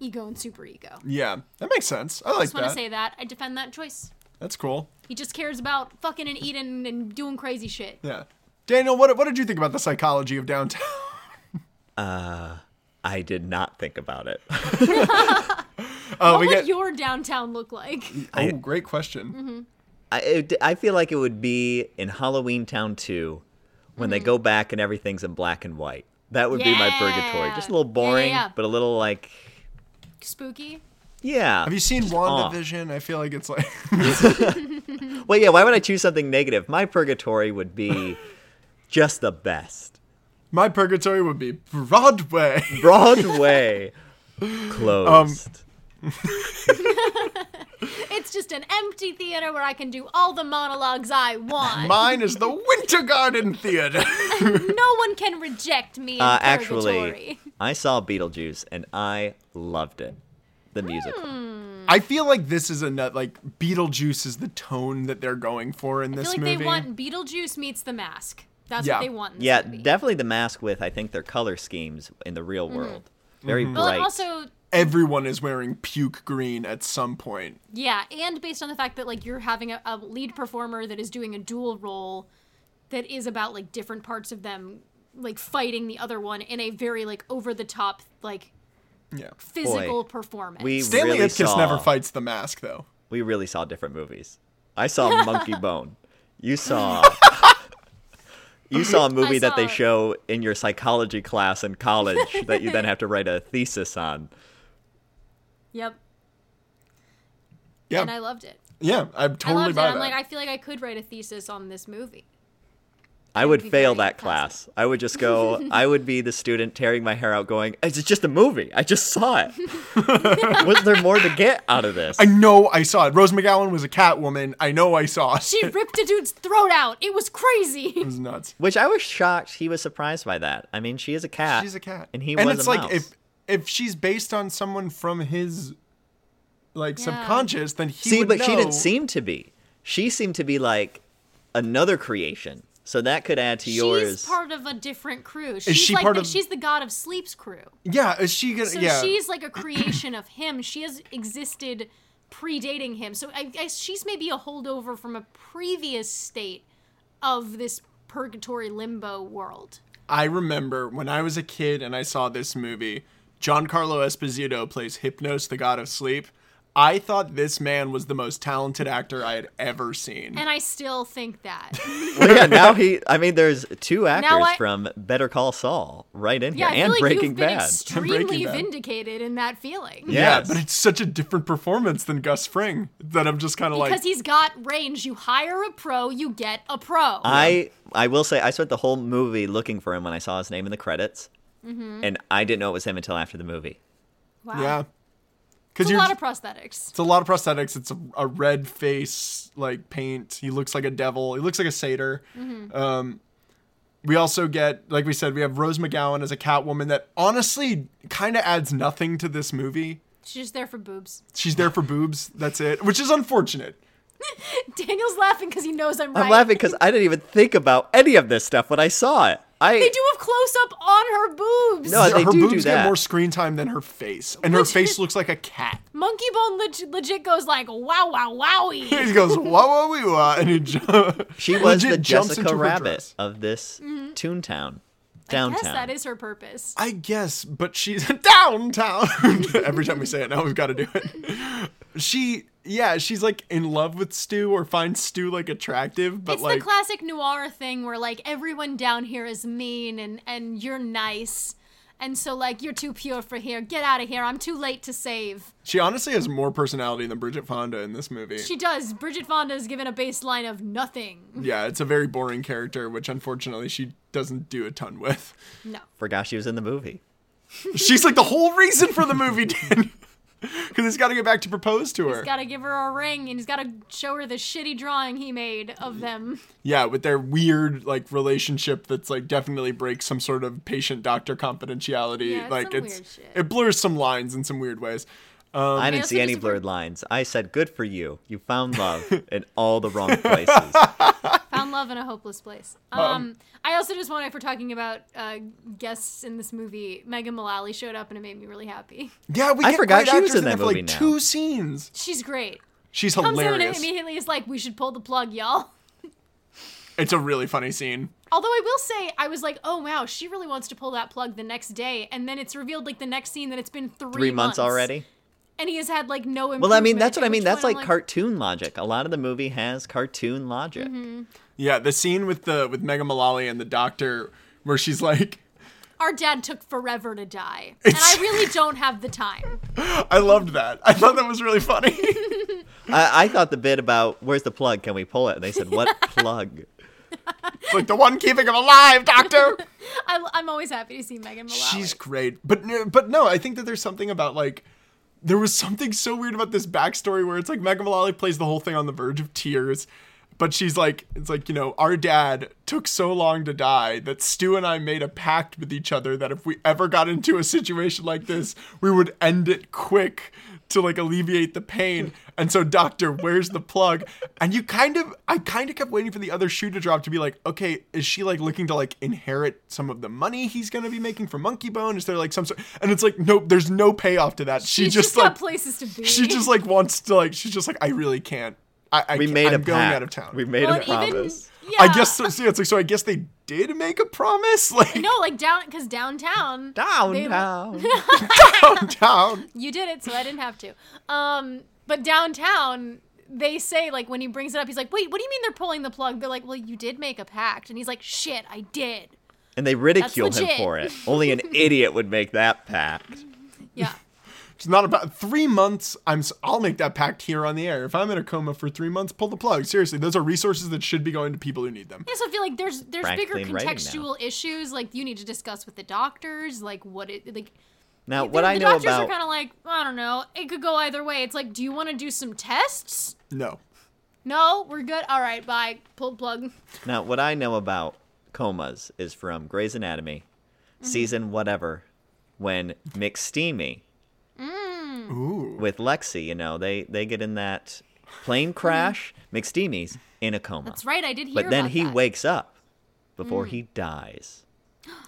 B: ego and superego
C: Yeah, that makes sense. I like
B: just want
C: that.
B: to say that I defend that choice.
C: That's cool.
B: He just cares about fucking and eating and doing crazy shit.
C: Yeah. Daniel, what, what did you think about the psychology of downtown?
A: I did not think about it.
C: Oh,
B: what
C: we
B: would Mm-hmm.
C: get.
B: your downtown look like?
C: oh, great question.
A: I, it, I feel like it would be in Halloween Town 2 when they go back and everything's in black and white. That would be my purgatory.
B: Mm-hmm. Yeah.
A: Just a little
B: Yeah, yeah,
A: boring,
B: yeah.
A: but a little like,
B: Spooky.
A: yeah.
C: Have you seen
A: aw.
C: WandaVision? I feel like it's like.
A: Well, yeah, why would I choose something negative? My purgatory would be just the best.
C: My purgatory would be Broadway.
A: Broadway
C: Um,
A: closed.
B: It's just an empty theater where I can do all the monologues I want.
C: Mine is the Winter Garden Theater.
B: no one can reject me in
A: uh,
B: purgatory.
A: actually, I saw Beetlejuice and I loved it. The musical.
B: Hmm,
C: I feel like this is a nut. Like Beetlejuice is the tone that they're going for in
B: I
C: this
B: feel like
C: movie.
B: they want Beetlejuice meets the mask. That's
C: Yeah.
B: what they want. In this
A: Yeah,
B: movie.
A: definitely the mask with, I think, their color schemes in the real world.
C: Mm-hmm.
A: Very
B: Mm-hmm. Well,
A: bright.
B: and also,
C: Everyone is wearing puke green at some point.
B: yeah, and based on the fact that like you're having a, a lead performer that is doing a dual role, that is about like different parts of them like fighting the other one in a very like over the top like
C: Yeah.
B: physical
A: Boy,
B: performance.
A: we
C: Stanley
A: really
C: Ipkiss
A: saw,
C: never fights the mask though.
A: We really saw different movies. I saw Monkey Bone. You saw. You saw a movie that
B: saw
A: they
B: it.
A: show in your psychology class in college that you then have to write a thesis on.
B: yep,
C: Yeah.
B: and I loved it.
C: yeah, I'm
B: I
C: totally
B: loved it.
C: by
B: I'm
C: that.
B: like I feel like I could write a thesis on this movie.
A: I would
B: be
A: fail
B: very
A: that class. I would just go, I would be the student tearing my hair out going, it's just a movie. I just saw it. Was there more to get out of this?
C: I know I saw it. Rose McGowan was a cat woman. I know I saw it.
B: She ripped a dude's throat out. It was crazy.
C: It was nuts.
A: Which I was shocked he was surprised by that. I mean, she is a cat.
C: She's a cat.
A: And he
C: and
A: was
C: it's
A: a
C: like
A: mouse.
C: if if she's based on someone from his like
B: Yeah.
C: subconscious, then he
A: See,
C: would
A: but she
C: know-
A: didn't seem to be. She seemed to be like another creation. So that could add to yours.
B: She's part of a different crew. She's
C: she
B: like
C: part
B: the,
C: of-
B: she's the god of sleep's crew.
C: Yeah, is she gonna
B: So
C: yeah.
B: she's like a creation of him. She has existed predating him. So I guess she's maybe a holdover from a previous state of this purgatory limbo world.
C: I remember when I was a kid and I saw this movie, Giancarlo Esposito plays Hypnos, the god of sleep. I thought this man was the most talented actor I had ever seen.
B: And I still think that.
A: well, yeah, now he. I mean, there's two actors
B: I-
A: from Better Call Saul right in
B: Yeah, I
A: here
B: feel
A: and
B: like
A: Breaking
B: you've been
A: Bad.
B: extremely
C: Breaking Bad.
B: vindicated in that feeling.
C: Yeah,
A: Yes.
C: but it's such a different performance than Gus Fring that I'm just kind of
B: Because
C: like,
B: he's got range. You hire a pro, you get a pro.
A: I I will say I spent the whole movie looking for him when I saw his name in the credits,
B: Mm-hmm.
A: and I didn't know it was him until after the movie.
B: wow.
C: yeah,
B: It's
C: because
B: a
C: you're.
B: lot of prosthetics.
C: it's a lot of prosthetics. It's a, a red
B: Mm-hmm.
C: face, like paint. He looks like a devil. He looks like a satyr. Um, we also get, like we said, we have Rose McGowan as a Catwoman that honestly kind of adds nothing to this movie.
B: She's just there for boobs.
C: She's there for boobs. That's it, which is unfortunate.
B: Daniel's laughing because he knows I'm right.
A: I'm laughing because I didn't even think about any of this stuff when I saw it. I
B: They do a close up on her boobs.
A: No, Oh, they
C: her
A: do do
C: boobs
A: that.
C: get more screen time than her face, and her
B: Which-
C: face looks like a cat.
B: Monkey Bone legit, legit goes like wow wow wowie.
C: He goes wah wah wee wah, and he ju-
A: She was
C: legit
A: the
C: jumps
A: Jessica
C: into her
A: Rabbit
C: dress.
A: of this Toontown,
B: Mm-hmm. I
A: downtown.
B: guess that is her purpose.
C: I guess, but she's downtown. Every time we say it now, we've got to do it. She, yeah, she's like in love with Stu or finds Stu like attractive, but
B: It's
C: like
B: the classic noir thing where like everyone down here is mean and and you're nice. And so like you're too pure for here. Get out of here. I'm too late to save.
C: she honestly has more personality than Bridget Fonda in this movie.
B: She does. Bridget Fonda is given a baseline of nothing.
C: yeah, it's a very boring character, which unfortunately she doesn't do a ton with.
B: No.
A: Forgot she was in the movie.
C: She's like the whole reason for the movie, Dan. Because he's got to get back to propose to her.
B: He's got to give her a ring and he's got to show her the shitty drawing he made of them.
C: yeah, with their weird like relationship that's like definitely breaks some sort of patient doctor confidentiality.
B: Yeah, it's
C: like
B: some
C: it's
B: weird shit.
C: it blurs some lines in some weird ways.
A: I didn't
B: also
A: see any
B: disagree-
A: blurred lines. I said, "Good for you. You found love in all the wrong places."
B: Found love in a hopeless place. Um, I also just want, if we're talking about uh, guests in this movie, Megan Mullally showed up and it made me really happy.
C: Yeah, we
A: I
C: get
A: forgot
C: great
A: she was
C: actors
A: in that
C: there for,
A: movie
C: like
A: now.
C: two scenes.
B: She's great.
C: She's
B: Comes in and
C: hilarious.
B: immediately is like, we should pull the plug, y'all.
C: It's a really funny scene.
B: Although I will say, I was like, oh wow, she really wants to pull that plug the next day. And then it's revealed, like, the next scene that it's been three,
A: Three months already.
B: And he has had, like, no improvement.
A: Well, I mean, that's what
B: at
A: I mean.
B: which
A: That's
B: point
A: like,
B: I'm
A: cartoon logic. A lot of the movie has cartoon logic.
C: Yeah, the scene with the with Megan Mullally and the doctor where she's like
B: Our dad took forever to die. And I really don't have the time.
C: I loved that. I thought that was really funny.
A: I, I thought the bit about "Where's the plug? Can we pull it?" And they said, "What plug?"
C: It's like the one keeping him alive, doctor.
B: I, am always happy to see Megan Mullally.
C: She's great, but no, but no, I think that there's something about like there was something so weird about this backstory where it's like Megan Mullally plays the whole thing on the verge of tears, but she's like, it's like you know, our dad took so long to die that Stu and I made a pact with each other that if we ever got into a situation like this, we would end it quick to like alleviate the pain. And so, Doctor, where's the plug? And you kind of, I kind of kept waiting for the other shoe to drop to be like, okay, is she like looking to like inherit some of the money he's gonna be making from Monkey Bone? Is there like some sort? And it's like, nope, there's no payoff to that. She
B: She's
C: just,
B: got
C: like,
B: places to be.
C: she just like wants to like, she's just like, I really can't. I, I
A: We
C: can't-
A: made
C: I'm
A: a
C: going
A: pact.
C: out of town.
A: We made
B: Well,
A: a
B: and even-
A: promise.
B: yeah.
C: I guess so. so it's like, so I guess they did make a promise, like
B: No, like down, because downtown.
A: Downtown.
C: downtown.
B: You did it, so I didn't have to. Um, but downtown, they say like when he brings it up, he's like, "Wait, what do you mean they're pulling the plug?" They're like, "Well, you did make a pact," and he's like, "Shit, I did."
A: and they ridicule him
B: legit.
A: for it. Only an idiot would make that pact.
B: Yeah,
C: It's not about three months. I'm. s- I'll make that pact here on the air. If I'm in a coma for three months, pull the plug. Seriously, those are resources that should be going to people who need them.
B: I also feel like there's there's bigger
A: Franklin writing now.
B: contextual issues like you need to discuss with the doctors, like what it like.
A: Now,
B: the-
A: what I
B: the
A: know
B: doctors
A: about
B: are kind of like I don't know. It could go either way. It's like, do you want to do some tests?
C: No.
B: No, we're good. All right, bye. Pull plug.
A: Now, what I know about comas is from Grey's Anatomy,
B: Mm-hmm.
A: season whatever, when McSteamy
C: Ooh.
A: with Lexi, you know, they they get in that plane crash. McSteamy's in a coma,
B: Mm-hmm. That's right. I did hear.
A: but then
B: about
A: he
B: that. Mm.
A: wakes up before he dies.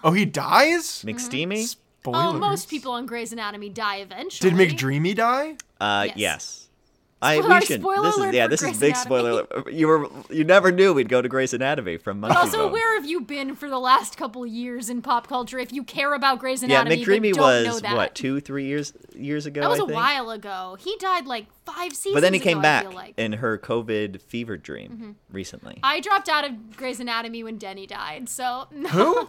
C: Oh, he dies.
B: Mm-hmm.
A: McSteamy,
C: Spoilers.
B: Oh, most people on Grey's Anatomy die eventually.
C: Did McDreamy die?
A: uh,
B: Yes.
A: yes. I, we
B: Spoiler-
A: should.
B: spoiler
A: This is
B: alert
A: yeah.
B: for
A: This
B: Grey's
A: is big
B: Anatomy.
A: spoiler. alert. You were you never knew we'd go to Grey's Anatomy from Monkey
B: Also,
A: Bone.
B: where have you been for the last couple years in pop culture? If you care about Grey's
A: yeah,
B: Anatomy, but
A: McDreamy
B: don't know
A: was
B: that.
A: what two, three years years ago.
B: That was
A: I
B: a
A: think?
B: while ago. He died like five seasons.
A: But then he
B: ago,
A: came
B: I,
A: back
B: feel like. Mm-hmm.
A: in her COVID fever dream recently.
B: I dropped out of Grey's Anatomy when Denny died. So no,
C: Who? Is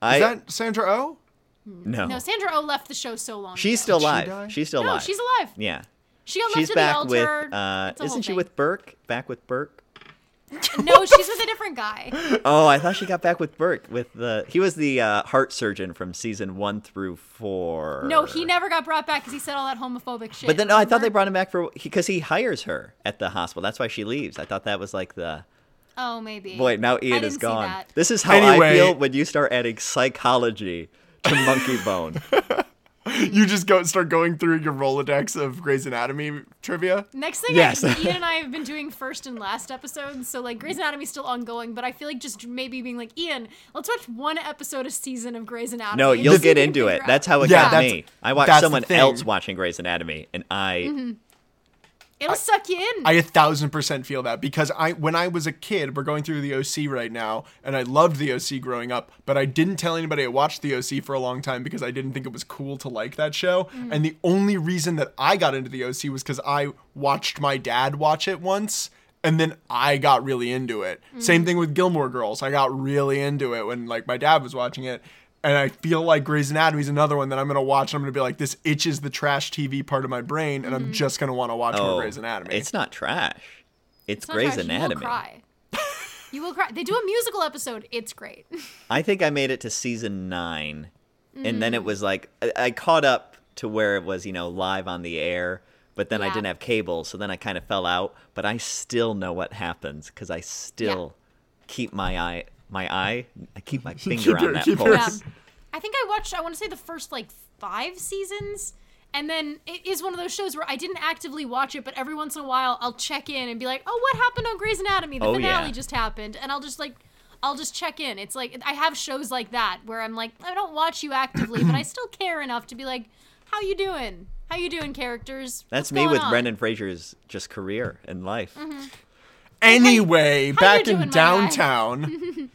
A: I
C: that Sandra Oh?
A: no.
B: no Sandra Oh left the show so long.
A: she's still
B: ago.
A: alive.
C: die?
A: she's still
B: no,
A: alive.
B: she's alive.
A: Yeah.
B: She got
A: She's
B: left to the
A: back
B: altar.
A: with uh
B: It's a whole
A: isn't she
B: thing.
A: with Burke? Back with Burke?
B: No, she's with a different guy.
A: Oh, I thought she got back with Burke with the he was the uh, heart surgeon from season 1 through 4.
B: No, he never got brought back because he said all that homophobic shit.
A: But then no, I thought they
B: remember?
A: brought him back for because he, hires her at the hospital. That's why she leaves. I thought that was like the
B: Oh, maybe.
A: Boy, now
B: I
A: Ian
B: didn't
A: is
B: see
A: gone.
B: that.
A: This is how I
C: Anyway-
A: feel when you start adding psychology to Monkey Bone.
C: You just go start going through your Rolodex of Grey's Anatomy trivia.
B: Next thing,
A: Yes.
B: I, Ian and I have been doing first and last episodes, so like Grey's Anatomy still ongoing, but I feel like just maybe being like Ian, let's watch one episode a season of Grey's Anatomy.
A: No,
B: and
A: you'll
B: see if
A: get
B: we can
A: into
B: figure
A: it.
B: out.
A: That's how it
C: Yeah,
A: got
C: that's-
A: me. I watched
C: that's the
A: someone
C: thing.
A: else watching Grey's Anatomy, and I
B: Mm-hmm. it'll suck you in.
C: I a thousand percent feel that because I when I was a kid, we're going through the OC right now, and I loved the OC growing up, but I didn't tell anybody I watched the OC for a long time because I didn't think it was cool to like that show. And the only reason that I got into the OC was because I watched my dad watch it once. And then I got really into it. Same thing with Gilmore Girls. I got really into it when like my dad was watching it. And I feel like Grey's Anatomy is another one that I'm gonna watch. And I'm gonna be like, this itches the trash TV part of my brain, and I'm just gonna want to watch more
A: oh,
C: Grey's Anatomy.
A: it's not trash. It's,
B: It's not
A: Grey's
B: trash, You will
A: Anatomy.
B: cry. you will cry. They do a musical episode. It's great.
A: I think I made it to season nine, and
B: Mm-hmm.
A: then it was like I, I caught up to where it was, you know, live on the air. But then I
B: Yeah.
A: didn't have cable, so then I kind of fell out. But I still know what happens because I still keep my eye, my eye, I keep my finger
C: your-
A: on that
C: keep your-
B: Yeah.
A: pulse.
B: I think I watched, I want to say the first like five seasons. And then it is one of those shows where I didn't actively watch it, but every once in a while I'll check in and be like, oh, what happened on Grey's Anatomy? The
A: Oh,
B: finale
A: yeah.
B: just happened. And I'll just like, I'll just check in. It's like, I have shows like that where I'm like, I don't watch you actively, but I still care enough to be like, how you doing? How you doing, characters?
A: That's
B: What's
A: me
B: going
A: with
B: on?" Mm-hmm.
A: Brendan Fraser's just career and life.
C: Anyway, back
B: doing, my
C: in
B: guy? Mm-hmm.
C: downtown.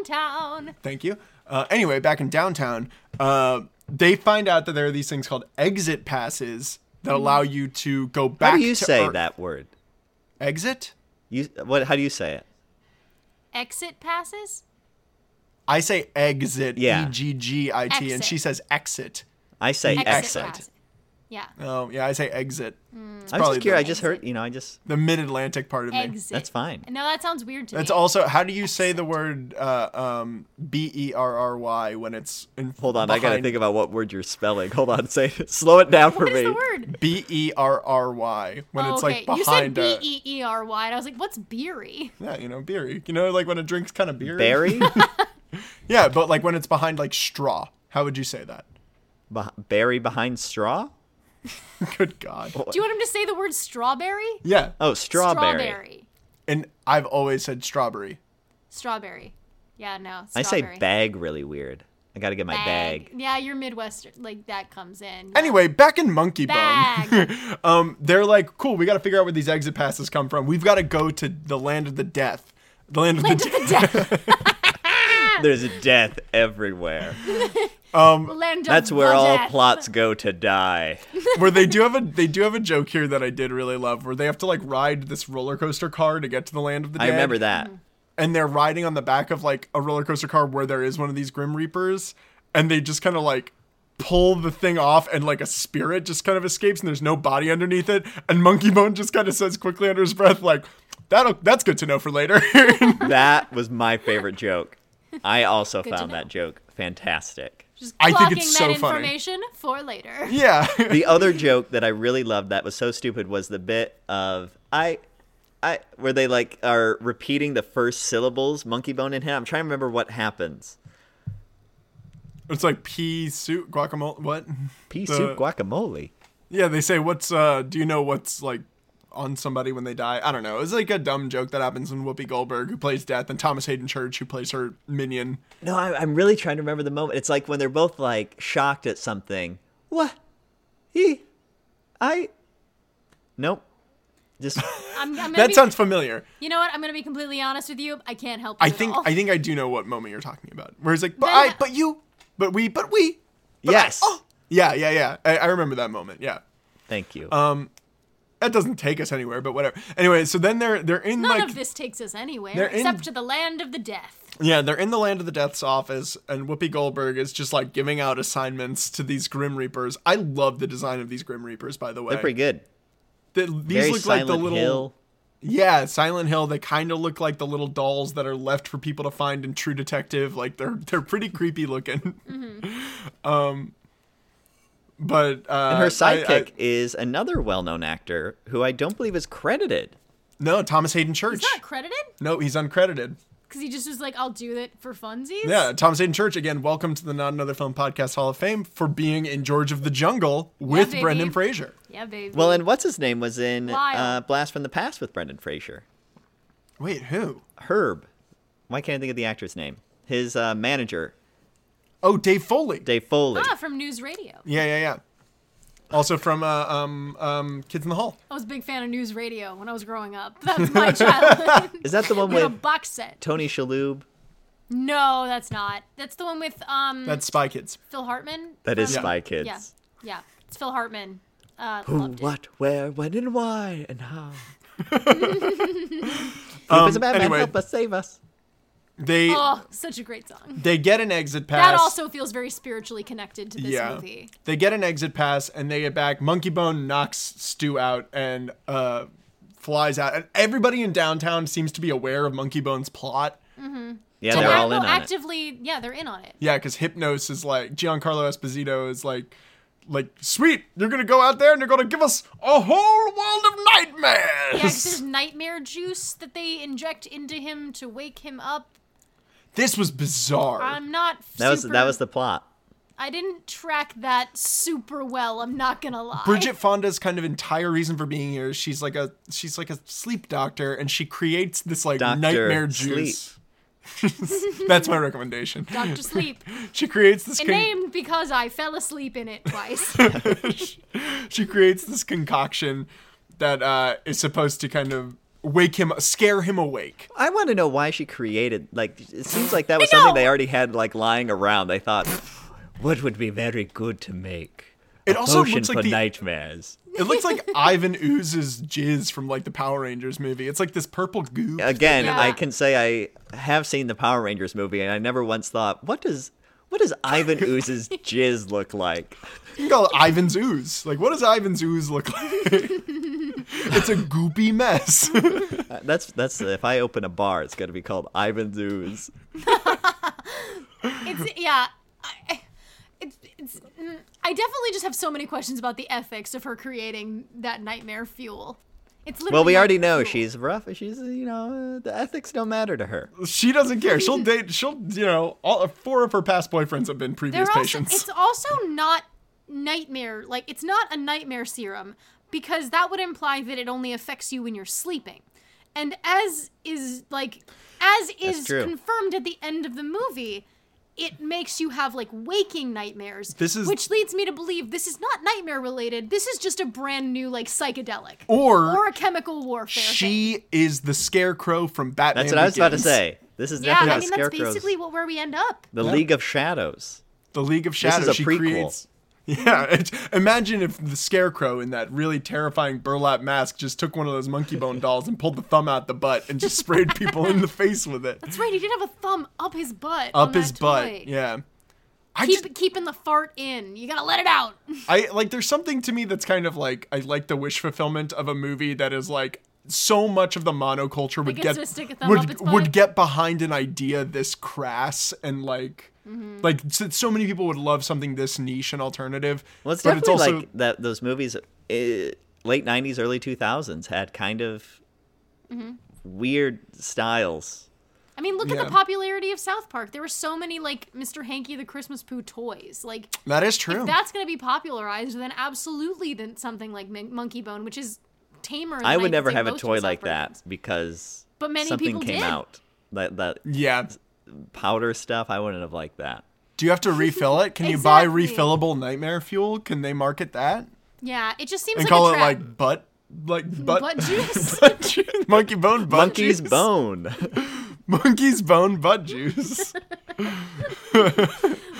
B: Downtown.
C: thank you. Uh, anyway, back in downtown, uh, they find out that there are these things called exit passes
B: Mm-hmm.
C: that allow you to go back.
A: How do you
C: to
A: say
C: Earth.
A: that word?
C: Exit.
A: You what? How do you say it?
B: Exit passes?
C: I say exit.
A: Yeah.
C: E G G I T, and
B: Exit.
C: she says exit.
A: I say
B: Exit.
A: exit.
B: passes. Yeah.
C: Oh yeah, I say exit.
B: Mm.
C: It's
A: I was
C: probably
A: just curious. I
C: the,
A: just heard. You know, I just
C: the mid-Atlantic part of me.
B: Exit.
A: that's fine.
B: No, that sounds weird to me.
C: That's also how do you say the word uh, um, B E R R Y when it's in
A: Hold on, I gotta
C: behind-
A: think about what word you're spelling. Hold on, say slow it down for
B: What is
A: me.
B: the word?
C: B E R R Y when
B: Oh,
C: it's like
B: You said
C: behind
B: B
C: a-
B: E E R Y, and I was like, "What's beery?"
C: Yeah, you know, beery. You know, like when a drink's kind of beery.
A: Berry,
C: Yeah, but like when it's behind like straw. How would you say that?
A: Beh- berry behind straw.
C: Good God.
B: Do you want him to say the word strawberry?
C: Yeah,
A: Oh, strawberry.
B: Strawberry.
C: and I've always said strawberry.
B: Strawberry. Yeah, no.
A: I say
B: Strawberry.
A: bag really weird. I gotta get my bag.
B: Yeah, you're Midwestern. Like that comes in.
C: Anyway, back in Monkey
B: Bag.
C: Bone, um, they're like, cool. We got to figure out where these exit passes come from. We've got to go to the land of the death. The land of the
B: Land of
C: death.
B: the death.
A: There's death everywhere.
B: Land of
A: That's where
B: the
A: all
B: death.
A: plots go to die.
C: where they do have a they do have a joke here that I did really love, where they have to like ride this roller coaster car to get to the land of the
A: I
C: dead.
A: remember that.
C: and they're riding on the back of like a roller coaster car where there is one of these grim reapers and they just kind of like pull the thing off and like a spirit just kind of escapes and there's no body underneath it and monkey bone just kind of says quickly under his breath like that'll that's good to know for later
A: That was my favorite joke. I also
B: to
A: found
B: know.
A: that joke fantastic.
B: Just
C: I think
B: clocking
C: it's
B: that
C: so funny.
B: information for later.
C: yeah
A: the other joke that I really loved that was so stupid was the bit of I I where they like are repeating the first syllables, monkey bone in hand. I'm trying to remember what happens.
C: it's like pea soup guacamole what
A: Pea
C: The-
A: soup guacamole.
C: yeah they say what's uh do you know what's like on somebody when they die i don't know it's like a dumb joke that happens when whoopi goldberg who plays death and thomas hayden church who plays her minion
A: No, I, I'm really trying to remember the moment. It's like when they're both like shocked at something. What? He? I? Nope. Just
B: I'm, I'm gonna
C: that
B: be,
C: sounds familiar
B: You know what? I'm gonna be completely honest with you. I can't help. You
C: I
B: at
C: think
B: all.
C: I think I do know what moment you're talking about. Where he's like, but
B: Then-
C: I, but you, but we, but we. but I-
A: yes.
C: oh." Yeah, yeah, yeah. I, I remember that moment. Yeah,
A: Thank you.
C: Um, that doesn't take us anywhere, but whatever. Anyway, so then they're they're in
B: None
C: like
B: of this takes us anywhere
C: They're in-
B: except to the land of the death.
C: yeah they're in the land of the death's office, and Whoopi Goldberg is just like giving out assignments to these Grim Reapers. I love the design of these Grim Reapers, by the way.
A: they're pretty good.
C: They- these
A: Very
C: look
A: Silent
C: like the little
A: Hill.
C: yeah Silent Hill. They kind of look like the little dolls that are left for people to find in True Detective. Like they're they're pretty creepy looking. Um. But
B: Mm-hmm.
C: uh,
A: And her
C: I- I- uh,
A: sidekick is another well-known actor who I don't believe is credited.
C: No, Thomas Hayden Church.
B: He's not credited
C: no, he's uncredited.
B: because he just was like, "I'll do it for funsies."
C: Yeah, Thomas Hayden Church again. Welcome to the Not Another Film Podcast Hall of Fame for being in George of the Jungle with
B: baby.
C: Brendan Fraser.
B: yeah, baby.
A: Well, and what's his name was in
B: Lyle.
A: uh, Blast from the Past with Brendan Fraser.
C: Wait, who?
A: Herb. Why can't I think of the actor's name? His uh, manager,
C: Oh, Dave Foley.
A: Dave Foley.
B: ah, from News Radio.
C: Yeah, yeah, yeah. Also from uh, um, um, Kids in the Hall.
B: I was a big fan of News Radio when I was growing up. That's my childhood.
A: Is that the one
B: we had a
A: with
B: box set.
A: Tony Shalhoub?
B: No, that's not. That's the one with um
C: That's Spy Kids.
B: Phil Hartman.
A: That is
B: from-
A: Spy Kids.
B: Yeah, yeah. It's Phil Hartman. Uh,
A: Who,
B: loved it.
A: what, where, when, and why, and how. Sleep is a bad man,
C: Um, anyway.
A: help us, save us.
C: They
B: Oh, such a great song.
C: they get an exit pass.
B: That also feels very spiritually connected to this
C: yeah.
B: movie.
C: They get an exit pass and they get back. Monkey Bone knocks Stu out and uh, flies out. And everybody in downtown seems to be aware of Monkey Bone's plot.
A: Yeah,
B: So
A: they're all in on it.
B: actively, yeah, they're in on it.
C: Yeah, because Hypnos is like Giancarlo Esposito is like, like sweet, you're gonna go out there and you're gonna give us a whole world of
B: Yeah, 'cause
C: nightmares.
B: there's nightmare juice that they inject into him to wake him up.
C: this was bizarre.
B: I'm not.
A: That was
B: super,
A: that was the plot.
B: I didn't track that super well. I'm not gonna lie.
C: Bridget Fonda's kind of entire reason for being here is she's like a she's like a sleep doctor and she creates this like
A: Doctor
C: nightmare
A: Sleep.
C: juice. That's my recommendation.
B: Doctor Sleep.
C: She creates this
B: And
C: con-
B: named because I fell asleep in it twice.
C: she creates this concoction that uh, is supposed to kind of wake him scare him awake.
A: I want to know why she created. Like, it seems like that was
B: I know!
A: something they already had like lying around. They thought, what would be very good to make?
C: It
A: A
C: also
A: potion
C: looks like
A: for
C: the-
A: nightmares.
C: It looks like Ivan Ooze's jizz from like the Power Rangers movie. It's like this purple goo.
A: Again,
B: Yeah.
A: I can say I have seen the Power Rangers movie, and I never once thought, what does what does Ivan Ooze's jizz look like?
C: You can call it Ivan's ooze. Like, what does Ivan's ooze look like? it's a goopy mess.
A: Uh, That's that's if I open a bar, it's gonna be called Ivan's Ooze.
B: It's yeah. I, I- it's, it's, mm, I definitely just have so many questions about the ethics of her creating that nightmare fuel. It's literally
A: Well, we already
B: nightmare
A: know
B: fuel.
A: she's rough. She's you know the ethics don't matter to her.
C: she doesn't care. She'll date. She'll you know all four of her past boyfriends have been
B: They're
C: previous
B: also,
C: patients.
B: it's also not nightmare like it's not a nightmare serum because that would imply that it only affects you when you're sleeping. And as is like as is
A: true.
B: confirmed at the end of the movie, it makes you have like waking nightmares.
C: This is-
B: which leads me to believe this is not nightmare related. This is just a brand new like psychedelic
C: or
B: or a chemical warfare. thing.
C: she is the scarecrow from Batman.
A: That's what I was about to
C: Begins.
A: say. This is
B: Yeah,
A: definitely
B: I mean that's
A: Scarecrow's.
B: basically what where we end up.
A: The League of Shadows.
C: The League of
A: is
C: Shadows.
A: a
C: she
A: prequel.
C: creates. Yeah, it, imagine if the scarecrow in that really terrifying burlap mask just took one of those monkey bone dolls and pulled the thumb out the butt and just sprayed people in the face with it
B: That's right, he did have a thumb up his butt. on
C: up
B: that
C: his butt.
B: toy.
C: Yeah. I
B: keep
C: just,
B: keeping the fart in. You gotta let it out.
C: I like there's something to me that's kind of like I like the wish fulfillment of a movie that is like so much of the monoculture would
B: it's
C: get
B: gonna stick a thumb up
C: would,
B: its
C: would
B: butt.
C: get behind an idea this crass and like
B: Mm-hmm.
C: like so, so many people would love something this niche and alternative
A: Well, it's
C: but it's
A: definitely
C: also
A: like that. Those movies, uh, late '90s, early 2000s, had kind of
B: Mm-hmm.
A: weird styles.
B: I mean, look at
C: Yeah.
B: the popularity of South Park. There were so many like Mr. Hanky the Christmas Pooh toys. Like
C: that is true.
B: that's gonna be popularized. Then absolutely, then something like Mon- Monkey Bone, which is tamer. And
A: I would
B: might
A: never
B: say
A: have a
B: most
A: toy
B: South
A: like
B: Park
A: that
B: fans.
A: because
B: But many
A: something
B: people
A: came
B: did.
A: out. That that
C: yeah.
A: powder stuff, I wouldn't have liked that.
C: Do you have to refill it? Can you buy
B: Exactly.
C: refillable nightmare fuel? Can they market that and
B: Yeah, it just seems like
C: call
B: a
C: it
B: trap.
C: like butt like butt,
B: butt juice.
C: butt juice? monkey bone butt
A: Monkey's
C: juice?
A: bone.
C: monkey's bone butt juice.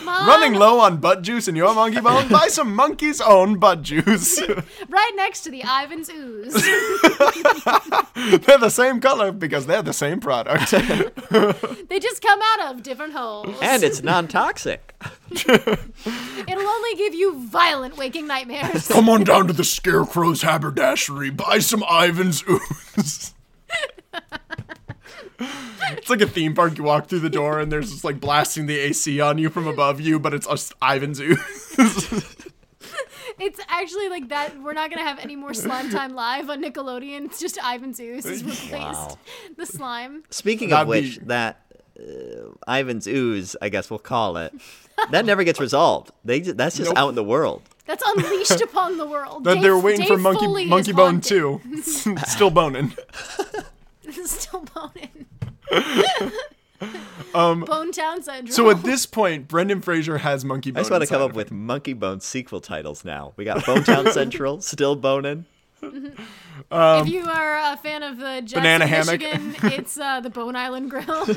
B: Mom,
C: Running low on butt juice in your monkey bone? Buy some monkey's own butt juice.
B: right next to the Ivan's ooze.
C: they're the same color because they're the same product.
B: they just come out of different holes.
A: and it's non-toxic.
B: It'll only give you violent waking nightmares.
C: Come on down to the Scarecrow's haberdashery. Buy some Ivan's ooze. it's like a theme park. You walk through the door and there's just like blasting the AC on you from above you, but it's just Ivan's ooze.
B: It's actually like that. We're not gonna have any more slime time live on Nickelodeon. It's just Ivan Zeus has replaced
A: Wow.
B: the slime.
A: Speaking of
C: That'd
A: which,
C: be-
A: that uh, Ivan's ooze, I guess we'll call it, that never gets resolved. They ju- that's just
C: Nope.
A: out in the world.
B: That's unleashed upon the world.
C: That they're
B: Dave-
C: waiting for
B: Dave
C: Monkey
B: Foley is
C: Monkey Bone
B: haunted.
C: too. Still boning.
B: Still boning. um, Bone Town syndrome.
C: So at this point, Brendan Fraser has Monkey
A: I
C: Bone.
A: just want to
C: inside
A: come up
C: of
A: with Monkey Bone sequel titles now. We got Bonetown Central, Still Bonin.
B: if you are a fan of the Jackson,
C: Banana hammock.
B: Michigan, it's uh, the Bone Island Grill.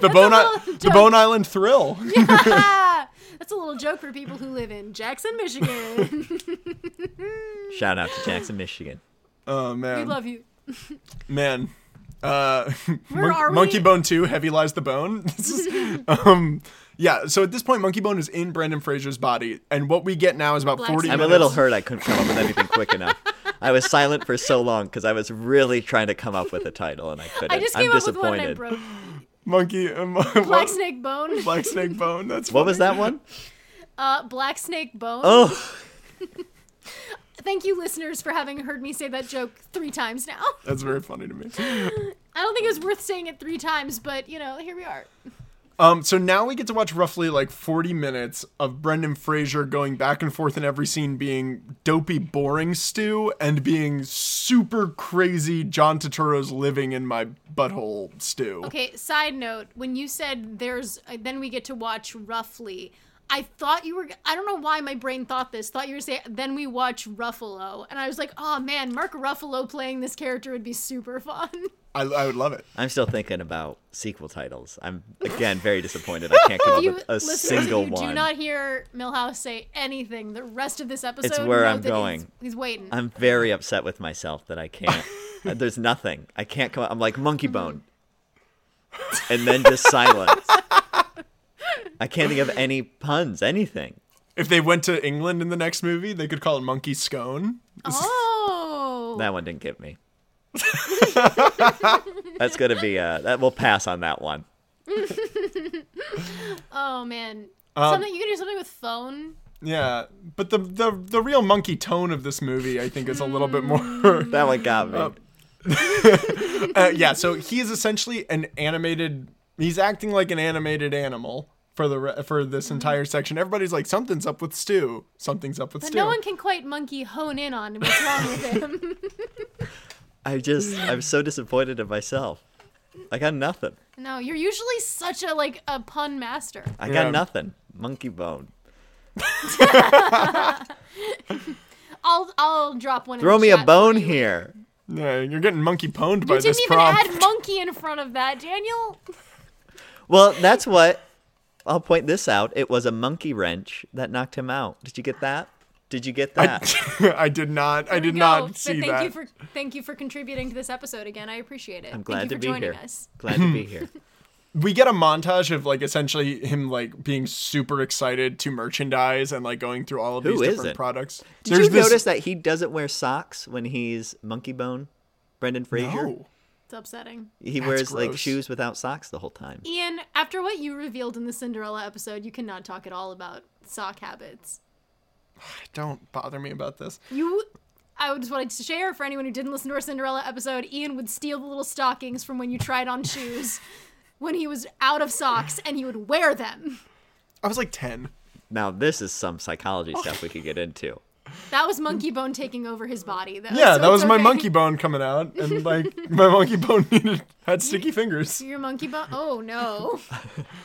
C: The Bone,
B: a
C: I-
B: little
C: the Bone Island Thrill.
B: That's a little joke for people who live in Jackson, Michigan.
A: Shout out to Jackson, Michigan.
C: Oh man,
B: we love you.
C: man. Uh,
B: Where
C: Mon-
B: are we?
C: Monkey Bone Two, Heavy Lies the Bone. This is- um, yeah. So at this point, Monkey Bone is in Brendan Fraser's body, and what we get now is about
B: Black
C: forty.
B: Sabbath.
A: I'm a
C: minutes.
A: little hurt I couldn't come up with anything quick enough. I was silent for so long because I was really trying to come up with a title and I couldn't.
B: I just
A: am
B: came up with one and I
A: disappointed.
B: broke.
C: Monkey um,
B: Black Snake Bone.
C: Black Snake Bone. That's
A: what was that one?
B: Uh, Black Snake Bone.
A: Oh,
B: Thank you, listeners, for having heard me say that joke three times now.
C: That's very funny to me.
B: I don't think it was worth saying it three times, but you know, here we are.
C: Um, so now we get to watch roughly like 40 minutes of Brendan Fraser going back and forth in every scene being dopey boring stew and being super crazy John Turturro's living in my butthole stew.
B: Okay, side note, when you said there's uh, then we get to watch roughly I thought you were I don't know why my brain thought this. Thought you were saying then we watch Ruffalo and I was like, "Oh man, Mark Ruffalo playing this character would be super fun."
C: I, I would love it.
A: I'm still thinking about sequel titles. I'm again very disappointed. I can't come up
B: You
A: with a
B: listeners,
A: single
B: if you
A: one.
B: do not hear Milhouse say anything the rest of this episode.
A: where
B: know
A: I'm
B: that he's-
A: going.
B: He's, waiting.
A: I'm very upset with myself that I can't. uh, There's nothing. I can't come. I'm like monkey bone, and then just silence. I can't think of any puns. Anything.
C: If they went to England in the next movie, they could call it Monkey Scone.
B: oh.
A: That one didn't get me. That's gonna be. Uh, that we'll pass on that one.
B: Oh man. something you can do something with phone.
C: Yeah, but the, the the real monkey tone of this movie, I think, is a little bit
B: Hmm.
C: more
A: That one got me.
C: Oh. uh, yeah, so he is essentially an animated. He's acting like an animated animal for the re- for this
B: Hmm.
C: entire section. Everybody's like, something's up with Stu. Something's up with
B: But
C: Stu.
B: no one can quite monkey hone in on what's wrong with him.
A: I just. I'm so disappointed in myself. I got nothing.
B: No, you're usually such a like a pun master.
A: I
C: Yeah.
A: got nothing. Monkey bone.
B: I'll I'll drop one.
A: Throw
B: in the
A: me a
B: chat
A: bone
B: for you.
A: here.
C: yeah, you're getting monkey pwned by
B: You
C: this
B: didn't even
C: prompt.
B: add monkey in front of that, Daniel.
A: Well, that's what I'll point this out. It was a monkey wrench that knocked him out. Did you get that? Did you get that?
C: I did not.
B: There
C: I
B: we
C: did
B: go.
C: not
B: But
C: see
B: thank
C: that.
B: you for thank you for contributing to this episode again. I appreciate it.
A: I'm glad
B: thank
A: to
B: you for
A: be
B: joining
A: here.
B: us.
A: Glad to be here.
C: we get a montage of like essentially him like being super excited to merchandise and like going through all of
A: Who
C: these different
A: isn't?
C: products.
A: Did you notice that he doesn't wear socks when he's monkey bone? Brendan Fraser.
C: No.
B: It's upsetting.
A: he wears like
C: gross.
A: shoes without socks the whole time.
B: Ian, after what you revealed in the Cinderella episode, you cannot talk at all about sock habits.
C: Don't bother me about this.
B: You, I just wanted to share for anyone who didn't listen to our Cinderella episode. Ian would steal the little stockings from when you tried on shoes when he was out of socks, and he would wear them.
C: I was like ten.
A: Now this is some psychology stuff we could get into.
B: That was monkey bone taking over his body, though.
C: Yeah,
B: so
C: that
B: it's
C: was my
B: okay.
C: monkey bone coming out, and like my monkey bone needed had sticky fingers.
B: Your monkey bone. Oh no,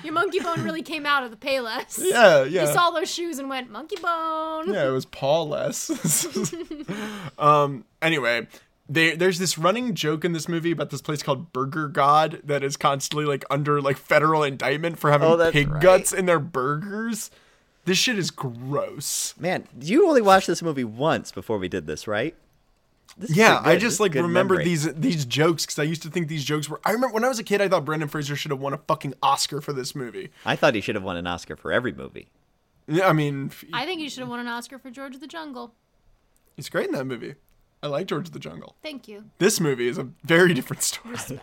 B: your monkey bone really came out of the Payless.
C: Yeah, yeah.
B: You saw those shoes and went monkey bone.
C: yeah, it was Paul less. um, anyway, they, there's this running joke in this movie about this place called Burger God that is constantly like under like federal indictment for having
A: Oh, that's
C: pig
A: right.
C: guts in their burgers. This shit is gross.
A: Man, you only watched this movie once before we did this, right? This is
C: Yeah,
A: pretty
C: I
A: good. This
C: just
A: is
C: like
A: good
C: remember
A: memory.
C: these these jokes because I used to think these jokes were. I remember when I was a kid, I thought Brendan Fraser should have won a fucking Oscar for this movie.
A: I thought he should have won an Oscar for every movie.
C: Yeah, I mean,
B: I think you should have won an Oscar for George of the Jungle.
C: he's great in that movie. I like George of the Jungle.
B: Thank you.
C: This movie is a very different story.
B: Respect.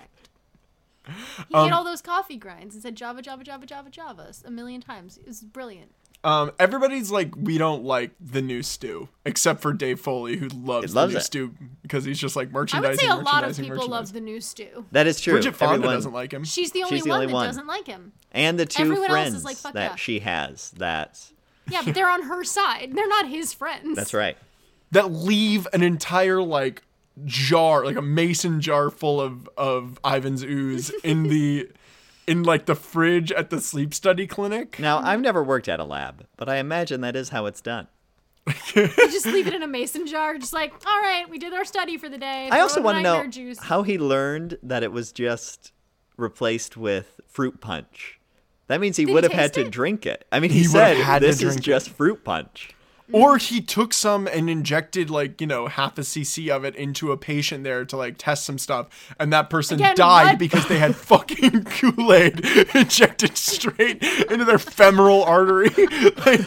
B: He
C: Um,
B: did all those coffee grinds and said Java, Java, Java, Java, Java a million times. It was brilliant.
C: Um, everybody's like, we don't like the new stew, except for Dave Foley, who loves,
A: loves
C: the new
A: it.
C: stew because he's just like
B: I
C: merchandising.
B: would say a lot of
C: merchandising,
B: people love
C: merchandising.
B: the new stew.
A: That is true.
C: Bridget Fonda
A: Everyone-
C: doesn't like him.
B: She's the only
A: She's the
B: one
A: only
B: that
A: one.
B: doesn't like him.
A: and the two
B: Everyone else is
A: friends
B: like, fuck
A: that
B: yeah.
A: she has. That
B: Yeah, but they're on her side. They're not his friends.
A: that's right.
C: that leave an entire like jar, like a mason jar full of of Ivan's ooze in the in like the fridge at the sleep study clinic.
A: Now I've never worked at a lab, but I imagine that is how it's done.
B: You just leave it in a mason jar. Just like, all right, we did our study for the day.
A: I also
B: want to
A: know
B: Juice.
A: how he learned that it was just replaced with fruit punch. That means he
B: he
A: would have had
B: taste
A: to
B: it?
A: drink it. I mean, he,
C: He would have
A: said
C: had to
A: this is
C: drink it."
A: just fruit punch.
C: Or
B: Mm-hmm.
C: he took some and injected like, you know, half a cc of it into a patient there to like test some stuff and that person
B: Again,
C: died
B: what?
C: because they had fucking Kool-Aid injected straight into their femoral artery. like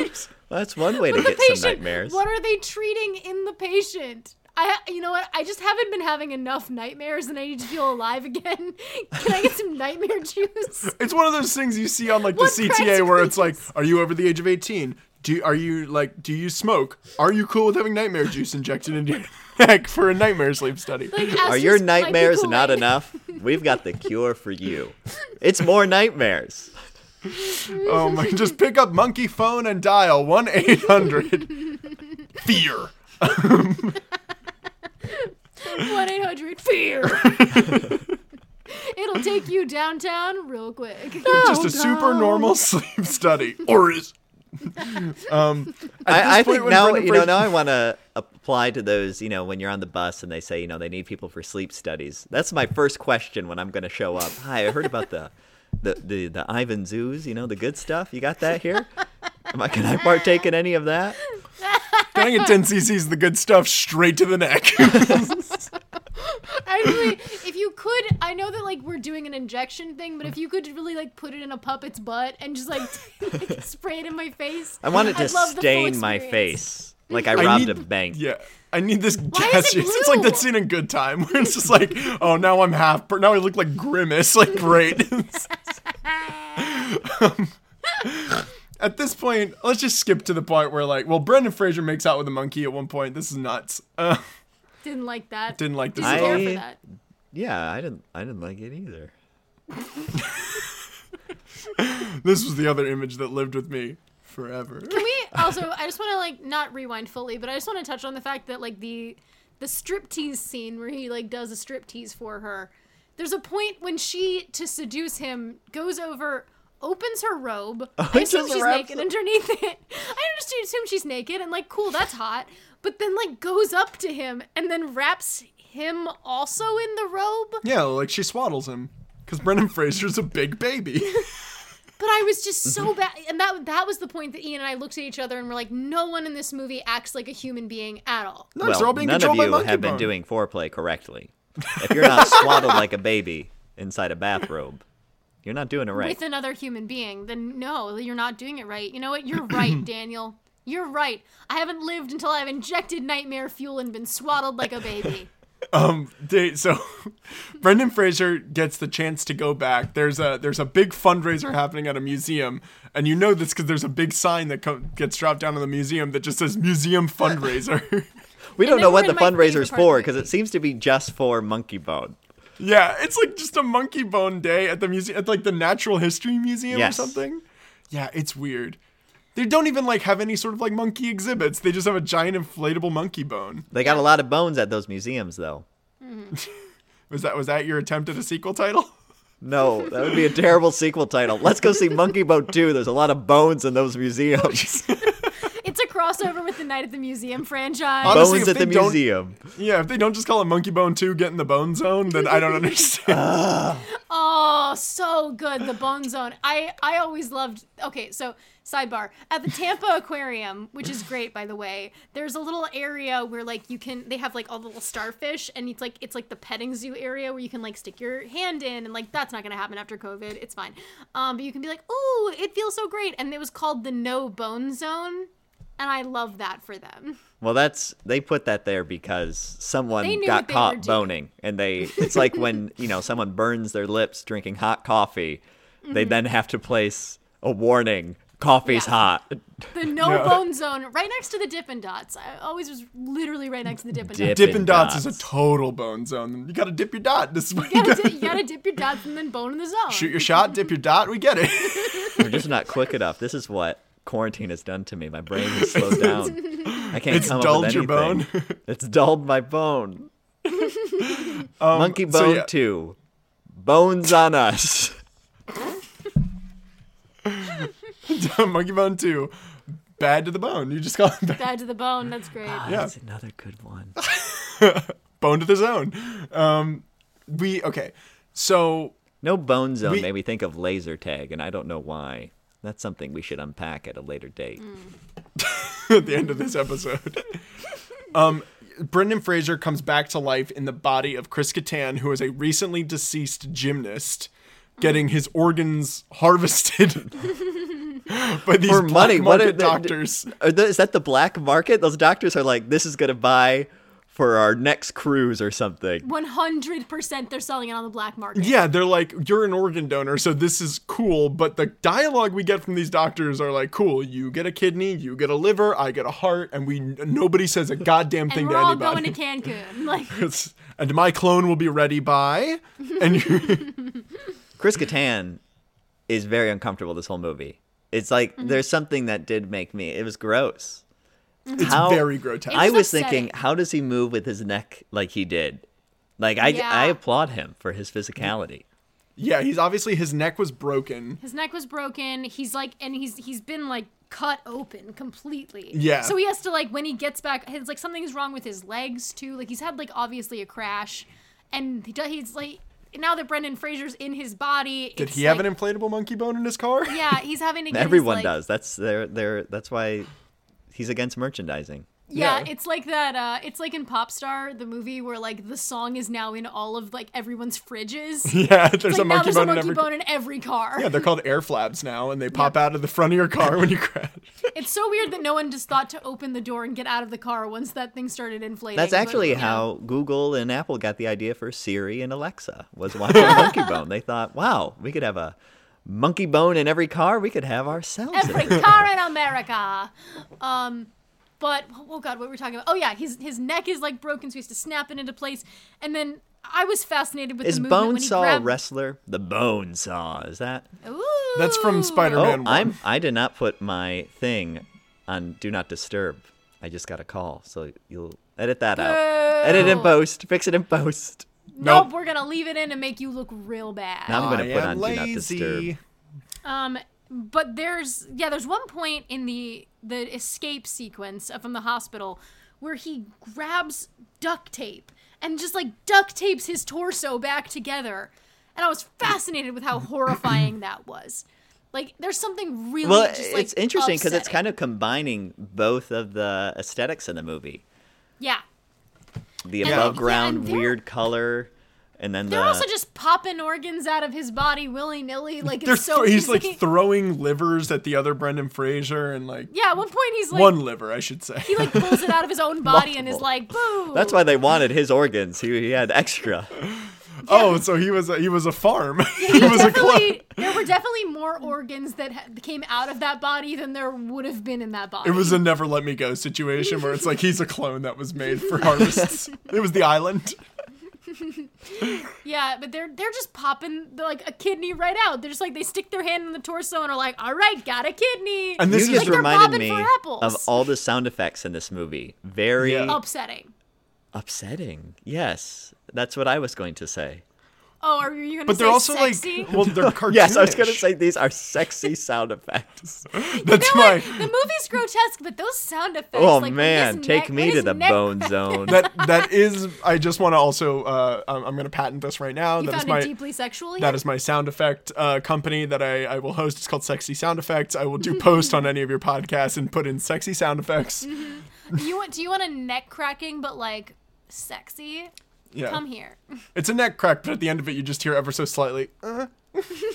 A: Well, that's one way to
B: But
A: get
B: the patient,
A: some nightmares.
B: What are they treating in the patient? I, you know what? I just haven't been having enough nightmares, and I need to feel alive again. Can I get some nightmare juice?
C: It's one of those things you see on like the
B: What price
C: CTA where it's like,
B: range?
C: are you over the age of 18? Do are you like do you smoke? Are you cool with having nightmare juice injected into your neck for a nightmare sleep study?
B: Like,
A: Are
B: asterisk
A: your
B: might be
A: nightmares
B: Kool-Aid.
A: not enough? We've got the cure for you. It's more nightmares.
C: Oh my just pick up monkey phone and dial 1-800 fear.
B: One eight hundred fear. It'll take you downtown real quick.
C: just a super normal sleep study or is um at this
A: I, I
C: point
A: think
C: when
A: now
C: Brendan
A: you know
C: Fraser-
A: now I want to apply to those you know when you're on the bus and they say you know they need people for sleep studies. That's my first question when I'm going to show up. Hi, I heard about the the the, the Ivan zoos. You know the good stuff. You got that here? Am I, can I partake in any of that?
C: Can I get 10 cc's of the good stuff straight to the neck?
B: Actually, if you could, I know that like we're doing an injection thing, but if you could really like put it in a puppet's butt and just like, like, spray it in my face,
A: I want it to
B: I'd love the full
A: stain my
B: experience.
A: face like I robbed
C: need-
A: a bank.
C: Yeah. I need this
B: is
C: gas.
B: it
C: juice. It's like
B: blue?
C: that scene in Good Time where it's just like, oh, now I'm half. Per- now I look like Grimace. Like, great. Um, at this point, let's just skip to the point where, like, well, Brendan Fraser makes out with a monkey at one point. This is nuts. Uh,
B: Didn't like that.
C: didn't like this
B: Didn't
C: at
B: care
C: all.
B: for
A: I-
B: that.
A: Yeah, I didn't I didn't like it either.
C: This was the other image that lived with me forever.
B: Can we also? I just want to like not rewind fully, but I just want to touch on the fact that like the the striptease scene where he like does a striptease for her. There's a point when she to seduce him goes over, opens her robe. I
A: it
B: assume
A: just
B: she's
A: wraps
B: naked
A: it.
B: underneath it. I just assume she's naked and like cool, that's hot. But then like goes up to him and then wraps him also in the robe.
C: Yeah, like she swaddles him. Because Brendan Fraser's a big baby.
B: But I was just so bad, and that that was the point that Ian and I looked at each other and were like, no one in this movie acts like a human being at all.
C: No,
A: well,
C: they're all being
A: none of
C: controlled by
A: you
C: monkey
A: have been
C: bone.
A: doing foreplay correctly. If you're not swaddled like a baby inside a bathrobe, you're not doing it right.
B: with another human being, then no, you're not doing it right. You know what? You're right, Daniel. You're right. I haven't lived until I've injected nightmare fuel and been swaddled like a baby.
C: Um, they, so Brendan Fraser gets the chance to go back. There's a there's a big fundraiser happening at a museum, and you know this because there's a big sign that co- gets dropped down in the museum that just says "museum fundraiser."
A: We don't
B: then
A: know
B: we're
A: what the
B: in my favorite
A: fundraiser's
B: part
A: for
B: of the
A: because it seems to be just for Monkey Bone.
C: yeah, it's like just a monkey bone day at the museum, at like the Natural History Museum
A: Yes.
C: or something. Yeah, it's weird. They don't even like have any sort of like monkey exhibits. They just have a giant inflatable monkey bone.
A: They got a lot of bones at those museums, though.
C: Was that was that your attempt at a sequel title?
A: No, that would be a terrible sequel title. Let's go see Monkey Bone 2. There's a lot of bones in those museums.
B: It's a crossover with the Night at the Museum franchise.
C: Honest- Honestly,
A: bones
C: if
A: at the
C: they don't-
A: museum.
C: Yeah, if they don't just call it Monkey Bone 2 Get in the Bone Zone, then I don't understand.
B: Oh, so good. The Bone Zone. I, I always loved. Okay, so sidebar. At the Tampa Aquarium, which is great, by the way, there's a little area where, like, you can. They have, like, all the little starfish, and it's like, it's like the petting zoo area where you can, like, stick your hand in, and, like, that's not going to happen after COVID. It's fine. Um, but you can be like, ooh, it feels so great. And it was called the No Bone Zone. and I love that for them.
A: Well, that's they put that there because someone
B: They knew
A: got
B: what they were
A: caught
B: doing.
A: boning, and they it's like when you know someone burns their lips drinking hot coffee, they then have to place a warning: coffee's
B: Mm-hmm. Yeah.
A: hot.
B: The no
C: Yeah.
B: bone zone, right next to the Dippin' Dots. I always was literally right next to the Dippin'
A: Dip
B: Dots.
C: Dippin' dots. is
A: Dots.
C: a total bone zone. You gotta dip your dot. This is what
B: You
C: you
B: gotta,
C: gotta
B: di- you gotta dip your dots and then bone in the zone.
C: shoot your shot, dip your dot. We get it.
A: We're just not quick enough. This is what quarantine has done to me. My brain has slowed down. I can't
C: It's
A: come up
C: dulled
A: with
C: your
A: anything. It's dulled my bone. Monkey
C: Um, so
A: bone
C: yeah.
A: two, bones on us.
C: Monkey Bone 2. Bad to the bone. You just call it bad.
B: Bad to the bone. Oh, That's great.
A: Ah,
C: Yeah.
A: That's another good one.
C: bone to the zone. Um, we, okay. So
A: No bone zone
C: We-
A: made me think of laser tag, and I don't know why. That's something we should unpack at a later date.
B: Mm.
C: at the end of this episode. Um, Brendan Fraser comes back to life in the body of Chris Kattan, who is a recently deceased gymnast, getting his organs harvested by these
A: For
C: black
A: money, what
C: market
A: are the,
C: doctors.
A: Are the, is that the black market? Those doctors are like, this is gonna buy for our next cruise or something.
B: One hundred percent, they're selling it on the black market.
C: Yeah, they're like, you're an organ donor, so this is cool. But the dialogue we get from these doctors are like, cool, you get a kidney, you get a liver, I get a heart, and we nobody says a goddamn
B: and
C: thing
B: we're
C: to
B: all
C: anybody.
B: going to Cancun. Like,
C: It's- and my clone will be ready by. And you
A: Chris Kattan is very uncomfortable this whole movie. It's like
B: Mm-hmm.
A: there's something that did make me. It was gross.
C: it's
A: How-
C: very grotesque.
A: I was
B: Mm-hmm. upsetting.
A: thinking, how does he move with his neck like he did? Like I,
B: Yeah.
A: I applaud him for his physicality.
C: Yeah, he's obviously his neck was broken.
B: his neck was broken. He's like, and he's he's been like cut open completely.
C: Yeah.
B: So he has to like when he gets back, his like something's wrong with his legs too. Like he's had like obviously a crash, and he, do- he's like now that Brendan Fraser's in his body.
C: Did
B: it's,
C: he have
B: like-
C: an inflatable monkey bone in his car?
B: Yeah, he's having to. Get his,
A: Everyone
B: like-
A: does. That's their their that's why he's against merchandising.
B: Yeah,
C: Yeah.
B: it's like that. Uh, it's like in Popstar, the movie where like the song is now in all of like everyone's fridges.
C: Yeah, there's
B: like
C: a
B: now
C: monkey
B: there's
C: bone
B: a
C: in
B: monkey
C: every
B: bone in every car.
C: Yeah, they're called air flaps now and they pop out of the front of your car when you crash.
B: It's so weird that no one just thought to open the door and get out of the car once that thing started inflating.
A: That's
B: but,
A: actually
B: you know.
A: how Google and Apple got the idea for Siri and Alexa was watching Monkey Bone. They thought, wow, we could have a monkey bone in every car. We could have ourselves. in
B: every car in America. Um, but oh god, what were we talking about? Oh yeah, his his neck is like broken, so he has to snap it into place. And then I was fascinated with
A: Is
B: the movement
A: Bone
B: when he
A: Saw
B: grabbed. Oh.
A: a wrestler? The Bone Saw is that?
B: Ooh.
C: That's from
A: Oh,
C: Spider-Man. Man
A: I'm I did not put my thing on Do Not Disturb. I just got a call, so you'll edit that out. Edit in
B: Boo.
A: post. Fix it in post.
B: Nope.
C: Nope.
B: we're gonna leave it in and make you look real bad.
A: Now I'm gonna
C: I
A: put
C: am
A: on Do Not Disturb.
C: Ah, lazy.
B: Um, but there's yeah, there's one point in the the escape sequence from the hospital where he grabs duct tape and just like duct tapes his torso back together, and I was fascinated with how horrifying that was. Like, there's something really
A: Well,
B: just, like,
A: it's interesting because it's
B: upsetting.
A: kind of combining both of the aesthetics in the movie:
B: yeah.
A: the
B: And-
A: above
B: yeah,
A: ground
B: and they're-
A: weird color, and then
B: They're
A: the
B: also just popping organs out of his body willy nilly. Like,
C: They're
B: it's so
C: th- he's
B: easy.
C: like throwing livers at the other Brendan Fraser and like
B: yeah. At one point, he's like
C: one liver, I should say.
B: he like pulls it out of his own body and is
A: Multiple.
B: like, "Boo!"
A: that's why they wanted his organs. He, he had extra.
C: Oh, so he was a, he was a farm. he was a clone.
B: definitely- there were definitely more organs that ha- came out of that body than there would have been in that body.
C: It was a never let me go situation where it's like he's a clone that was made for harvests. it was the island.
B: yeah, but they're they're just popping the, like a kidney right out. They're just like they stick their hand in the torso and are like, "All right, got a kidney."
C: And this
A: you
C: is
A: just
B: they're
A: reminded
B: bobbing for
A: me of
B: apples. Oh.
A: all the sound effects in this movie. Very
C: Yeah.
B: upsetting.
A: upsetting. Yes, that's what I was going to say.
B: Oh, are you gonna?
C: But
B: say
C: they're also
B: sexy?
C: like well they're cartoonish.
A: Yes, I was going to say these are sexy sound effects.
C: that's
B: You know what?
C: why
B: the movie's grotesque, but those sound effects.
A: oh
B: like, when
A: man,
B: his
A: take
B: neck- when
A: me to
B: his
A: the
B: neck
A: bone
B: crack-
A: zone.
C: that that is I just want to also uh, I'm, I'm going to patent this right now.
B: You
C: That is
B: found
C: my
B: it deeply sexual.
C: that is my sound effect uh, company that I, I will host. It's called Sexy Sound Effects. I will do post on any of your podcasts and put in sexy sound effects.
B: Mm-hmm. you want? Do you want a neck cracking, but like sexy?
C: Yeah,
B: Come here.
C: it's a neck crack, but at the end of it, you just hear ever so slightly. "Uh,"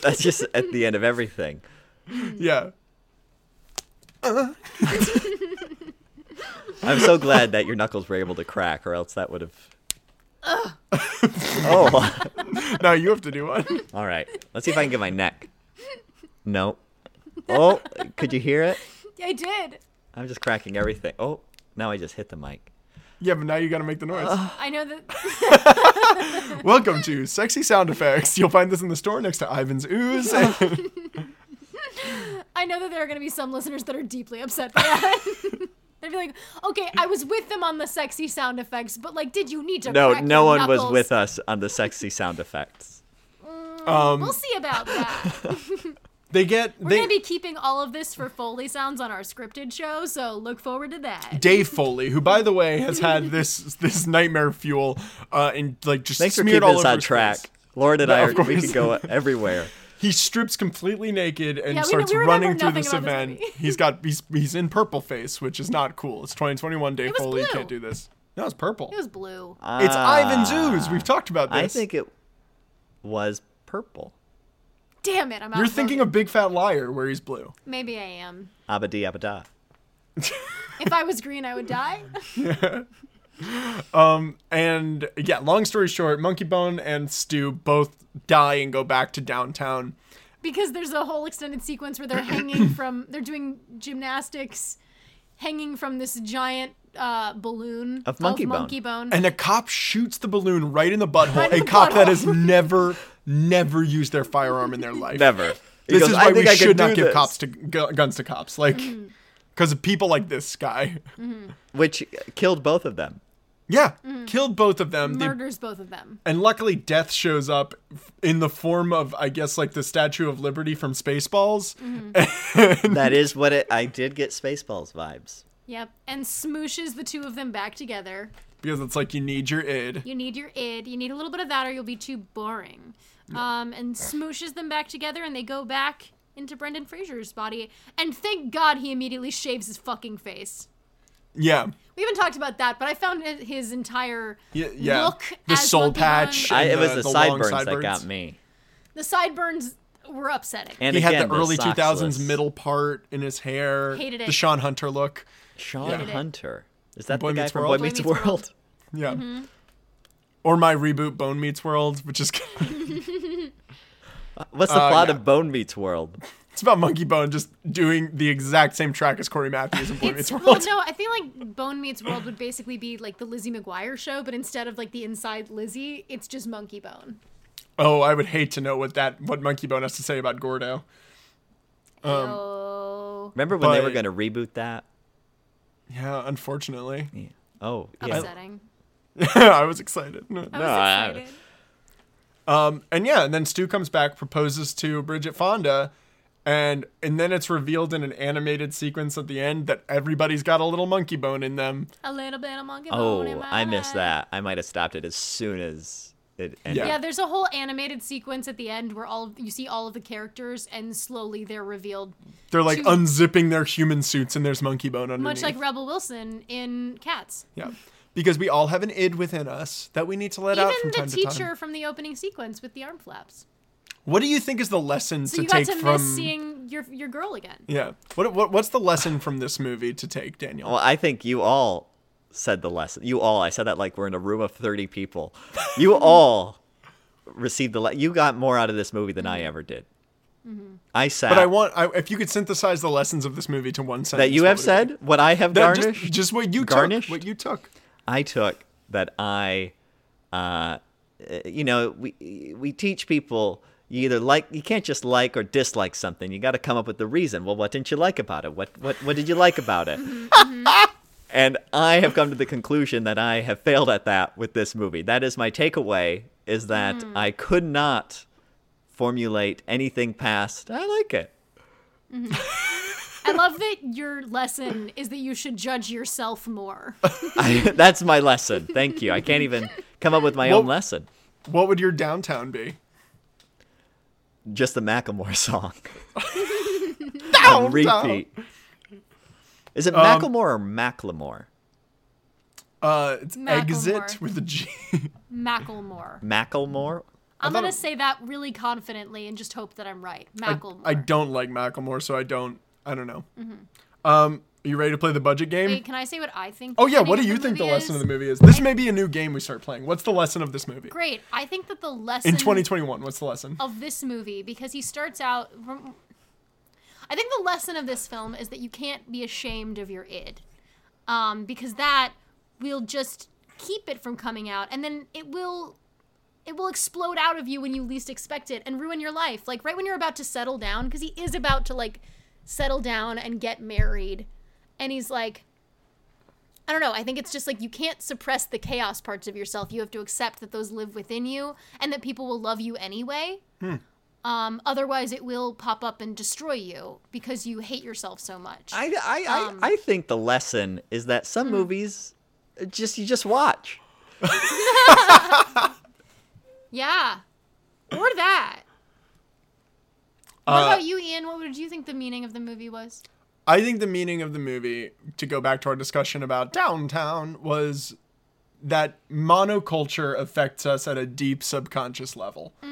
A: That's just at
B: Mm.
A: the end of everything.
C: yeah,
A: I'm so glad that your knuckles were able to crack, or else that would have. oh,
C: now you have to do one.
A: all right. Let's see if I can get my neck. No. Oh, could you hear it?
B: I did.
A: I'm just cracking everything. Oh, now I just hit the mic.
C: Yeah, but now you got to make the noise.
B: I know that.
C: Welcome to Sexy Sound Effects. You'll find this in the store next to Ivan's Ooze.
B: I know that there are going to be some listeners that are deeply upset by that. They'd be like, "Okay, I was with them on the sexy sound effects, but like, did you need to?"
A: No,
B: crack
A: no
B: your
A: one was
B: knuckles?"
A: with us on the sexy sound effects.
C: um,
B: We'll see about that.
C: they get
B: We're
C: they,
B: going to be keeping all of this for Foley sounds on our scripted show, so look forward to that.
C: Dave Foley, who by the way has had this this nightmare fuel uh, and like just
A: Thanks for
C: smeared
A: keeping us
C: all over
A: on
C: his
A: track.
C: face.
A: Lauren and I,
C: of
A: are, we
C: course.
A: could go everywhere.
C: He strips completely naked and
B: Yeah, we-
C: starts
B: we remember
C: running through
B: nothing
C: this
B: about this
C: event.
B: movie.
C: he's got he's, he's in purple face, which is not cool. It's 2021. Dave
B: was
C: Foley
B: blue.
C: can't do this. No, it's purple.
B: It was blue.
C: it's Ivan's
A: Ah,
C: Ooze. We've talked about this.
A: I think it was purple.
B: Damn it, I'm out.
C: You're thinking of Big Fat Liar, where he's blue.
B: maybe I am.
A: Abadi abada.
B: If I was green, I would die.
C: And yeah, long story short, Monkey Bone and Stu both die and go back to downtown.
B: because there's a whole extended sequence where they're hanging from they're doing gymnastics hanging from this giant uh, balloon
A: Of monkey bone.
B: bone.
C: And a cop shoots the balloon right in the butthole.
B: Right in
C: a
B: the
C: cop that
B: butthole.
C: has never, never used their firearm in their life.
A: Never. He
C: This
A: goes,
C: is
A: "I
C: why we
A: think I can
C: should
A: do
C: not give
A: this."
C: cops to gu- guns to cops, like
B: Mm-hmm.
C: because of people like this guy.
A: Which killed both of them.
C: Yeah,
B: Mm-hmm.
C: killed both of them. The-
B: murders both of them
C: and luckily, death shows up f- in the form of, I guess, like the Statue of Liberty from Spaceballs.
B: Mm-hmm.
A: That is what it. I did get Spaceballs vibes.
B: yep and smooshes the two of them back together
C: because it's like you need your id.
B: you need your id you need a little bit of that or you'll be too boring um, and smooshes them back together and they go back into brendan fraser's body and thank god he immediately shaves his fucking face
C: Yeah.
B: we haven't talked about that but i found his- his entire
C: Yeah, yeah.
B: look
C: The
B: as
C: soul
B: Monkey Bone-
C: patch.
A: I, it
C: And
A: was
C: the-
A: the,
C: the long
A: sideburns, that
C: sideburns.
A: got me.
B: the sideburns were upsetting.
A: And
C: he
A: again,
C: had the early
A: socks
C: 2000s
A: list.
C: middle part in his hair.
B: Hated it.
C: The Sean Hunter look.
A: Sean
C: Yeah.
A: Hunter. Is that
C: Boy
A: the guy
C: Meets
A: from
C: World?
A: Boy
C: Boy
A: Meets
B: Meets
A: World?
B: World.
C: Yeah.
B: Mm-hmm.
C: Or my reboot Bone Meets World, which is
A: What's the
C: Uh,
A: plot
C: yeah.
A: of Bone Meets World?
C: it's about Monkey Bone just doing the exact same track as Corey Matthews in Boy
B: It's
C: Meets
B: well,
C: World.
B: no, I feel like Bone Meets World would basically be like the Lizzie McGuire show, but instead of like the inside Lizzie, it's just Monkey Bone.
C: Oh, I would hate to know what that what Monkey Bone has to say about Gordo. Um,
B: Oh,
A: Remember when they were
C: But-
A: going to reboot that?
C: Yeah, unfortunately,
A: Yeah. Oh, yeah.
B: upsetting.
C: I was excited.
B: I was
A: No, I-
B: excited.
C: Um, and yeah, and then Stu comes back, proposes to Bridget Fonda, and and then it's revealed in an animated sequence at the end that everybody's got a little monkey bone in them.
B: A little bit of Monkey Bone. in
A: Oh,
B: my
A: I missed that.
B: life.
A: I might have stopped it as soon as it ended.
C: Yeah.
B: Yeah, there's a whole animated sequence at the end where all you see all of the characters, and slowly they're revealed,
C: They're like
B: Two-
C: unzipping their human suits, and there's monkey bone underneath.
B: much like Rebel Wilson in Cats.
C: yeah, because we all have an id within us that we need to let
B: Even
C: out from
B: the
C: time to
B: teacher
C: time.
B: from the opening sequence with the arm flaps.
C: What do you think is the lesson
B: So
C: to
B: you got
C: take
B: to miss
C: from?
B: seeing your your girl again.
C: yeah, what, what what's the lesson from this movie to take, Daniel?
A: Well, I think you all said the lesson. You all. I said that like we're in a room of 30 people. You all received the. Le- you got more out of this movie than I
B: Mm-hmm.
A: ever did. I sat.
C: but I want I, if you could synthesize the lessons of this movie to one sentence.
A: uh, that you
C: what
A: have
C: would it be?
A: said what I have
C: That-
A: garnished.
C: Just, just what you
A: Garnished?
C: took. What you took.
A: I took that I, uh, uh, you know, we we teach people you either like you can't just like or dislike something. You got to come up with the reason. Well, what didn't you like about it? What what what did you like about it? and I have come to the conclusion that I have failed at that with this movie. That is my takeaway: is that I could not formulate anything past I like it.
B: I love that your lesson is that you should judge yourself more.
A: I, that's my lesson. Thank you. I can't even come up with my own
C: Well-
A: lesson.
C: What would your downtown be?
A: Just the Macklemore song.
C: Downtown.
A: on repeat. Is it
C: Um,
A: Macklemore or Macklemore?
C: Uh, it's
B: Macklemore.
C: exit with a G.
B: Macklemore.
A: Macklemore?
B: I'm
C: thought
B: going to
C: it-
B: say that really confidently and just hope that I'm right.
C: I,
B: Macklemore. Mm-hmm.
C: I don't like Macklemore, so I don't. I don't know. Um, Are you ready to play the budget game?
B: Wait, can I say what I think?
C: oh yeah,
B: ending
C: what do
B: of
C: you think the
B: movie
C: lesson
B: is?
C: of the movie is? This may be a new game we start playing. What's the lesson of this movie?
B: Great. I think that the lesson
C: In 2021, what's the lesson?
B: of this movie because he starts out. I think the lesson of this film is that you can't be ashamed of your id, um, because that will just keep it from coming out, and then it will it will explode out of you when you least expect it and ruin your life. Like right when you're about to settle down, because he is about to like settle down and get married, and he's like. I don't know. I think it's just like you can't suppress the chaos parts of yourself. You have to accept that those live within you and that people will love you anyway. Um, otherwise, it will pop up and destroy you because you hate yourself so much.
A: I I,
B: Um,
A: I I think the lesson is that
B: hmm.
A: some movies uh, just you just watch.
B: yeah. Or that. What
C: Uh,
B: about you, Ian? What would you think the meaning of the movie was?
C: I think the meaning of the movie, to go back to our discussion about downtown, was that monoculture affects us at a deep subconscious level.
B: Hmm.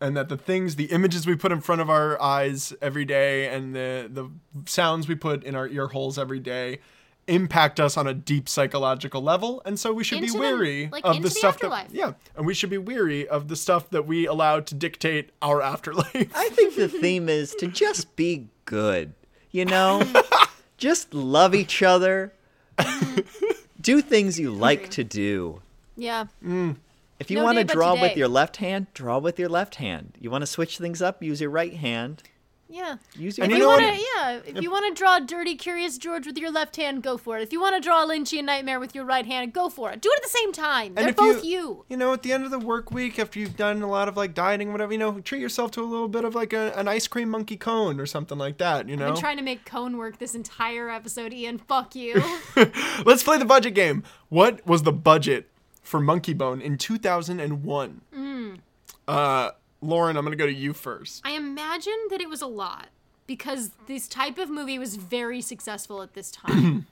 C: And that the things, the images we put in front of our eyes every day and the, the sounds we put in our ear holes every day impact us on a deep psychological level. And so we should
B: Into
C: be
B: the-
C: wary
B: like,
C: of
B: into
C: the
B: the
C: stuff
B: afterlife.
C: that. Yeah. And we should be weary of the stuff that we allow to dictate our afterlife.
A: I think the theme is to just be good. You know, just love each other. do things you like to do.
B: Yeah.
A: If you
B: No
A: want to
B: day but
A: draw with
B: today.
A: your left hand, draw with your left hand. You want to switch things up, use your right hand.
B: Yeah.
A: Use your
C: And
B: If
A: right
B: you
C: know
B: want
C: what?
B: to, yeah. If you want to draw Dirty Curious George with your left hand, go for it. If you want to draw Lynchian Nightmare with your right hand, go for it. Do it at the same time. They're
C: if
B: both
C: you,
B: you.
C: You know, at the end of the work week, after you've done a lot of like dieting, whatever, you know, treat yourself to a little bit of like a, an ice cream monkey cone or something like that. You
B: I've
C: know,
B: been trying to make cone work this entire episode, Ian. Fuck you.
C: let's play the budget game. What was the budget for Monkey Bone in 2001?
B: Hmm.
C: Uh, Lauren, I'm gonna go to you first.
B: I imagine that it was a lot because this type of movie was very successful at this time.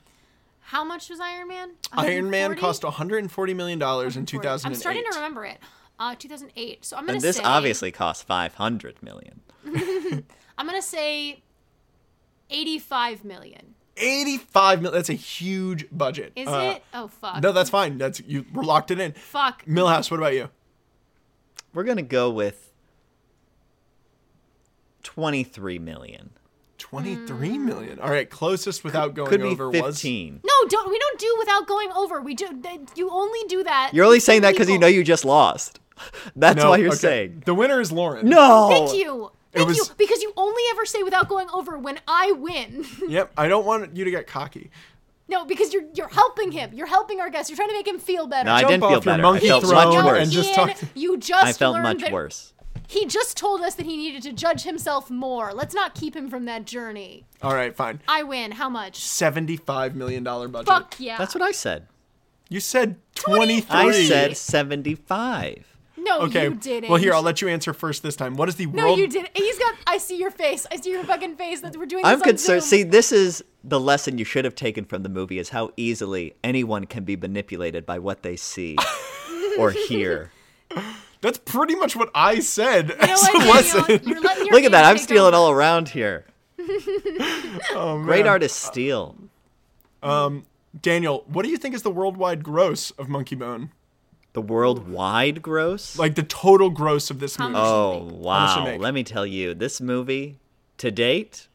B: How much was Iron Man?
C: Iron Man
B: 140?
C: cost 140 million dollars in
B: 140.
C: 2008.
B: I'm starting to remember it. Uh, 2008. So I'm gonna
A: And this
B: say
A: obviously costs 500 million.
B: I'm gonna say 85 million.
C: 85 million. That's a huge budget.
B: Is
C: Uh,
B: it? Oh fuck.
C: No, that's fine. That's you. We're locked it in.
B: fuck.
C: Millhouse, what about you?
A: We're going to go with 23 million.
C: 23
B: Hmm.
C: million. All right, closest without going
A: Could be
C: over was
A: 15.
B: No, don't. We don't do without going over. We do. th- You only do that.
A: You're only saying
B: with
A: that because you
B: people.
A: know you just lost. That's why you're
C: okay.
A: saying.
C: The winner is Lauren.
A: No.
B: Thank you. Thank
C: was-
B: you. Because you only ever say without going over when I win.
C: Yep. I don't want you to get cocky.
B: No, because you're you're helping him. You're helping our guest. You're trying to make him feel better.
A: No, I
C: Jump
A: didn't
C: off
A: feel
C: your
A: better. I
C: monkey
A: felt
C: throne
A: much
B: No,
A: worse.
C: and just
B: Ian,
C: talk-
B: You just
A: I felt
B: learned
A: much
B: that-
A: worse.
B: He just told us that he needed to judge himself more. Let's not keep him from that journey.
C: All right, fine.
B: I win. How much?
C: 75 million dollar budget.
B: Fuck yeah.
A: That's what I said.
C: You said 23.
A: I
B: Three.
A: said 75.
B: No,
C: Okay.
B: you didn't.
C: Well, here I'll let you answer first this time. What is the
B: No,
C: world
B: you didn't. He's got. I see your face. I see your fucking face. That we're doing. This
A: I'm
B: on
A: concerned.
B: Zoom.
A: See, this is the lesson you should have taken from the movie is how easily anyone can be manipulated by what they see or hear.
C: That's pretty much what I said.
B: You know
C: as
B: what,
C: a
B: Daniel?
C: lesson.
B: You're letting your
A: Look at that.
B: game
A: I'm
B: take
A: stealing
B: over.
A: all around here. Great
C: Oh, man.
A: artists steal.
C: Daniel, what do you think is the worldwide gross of Monkey Bone?
A: The worldwide gross?
C: Like the total gross of this
B: How
C: movie?
B: much?
A: oh,
C: much it
A: wow.
C: make?
A: Let me tell you, this movie, to date,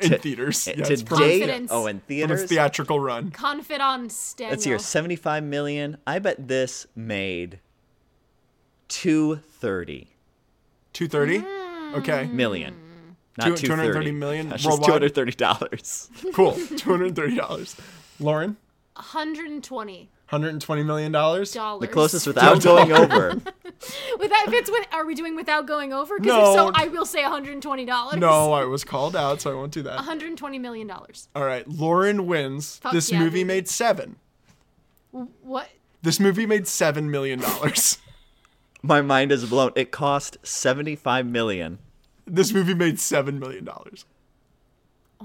C: in theaters. Yeah,
A: Uh, to
C: it's from,
A: date,
B: Confidence.
A: oh, in
C: from its
A: theaters,
C: theatrical run.
B: Confidence, Daniel.
A: Let's see here, 75 million. I bet this made 230
C: 230?
B: Hmm.
C: Okay.
A: million.
C: Two-
A: Not
C: 230 million
A: That's just
C: worldwide?
A: $230.
C: Cool. $230. Lauren,
B: 120
C: $120 million?
B: dollars.
A: The closest without going over.
B: With that, if it's with, are we doing without going over? Because
C: No.
B: if so, I will say 120 dollars.
C: No, I was called out, so I won't do that.
B: 120 million dollars.
C: All right, Lauren wins.
B: Uh-huh. Fuck
C: this
B: yeah,
C: movie
B: baby.
C: made seven.
B: What?
C: This movie made seven million dollars.
A: My mind is blown. It cost 75 million.
C: this movie made seven million dollars.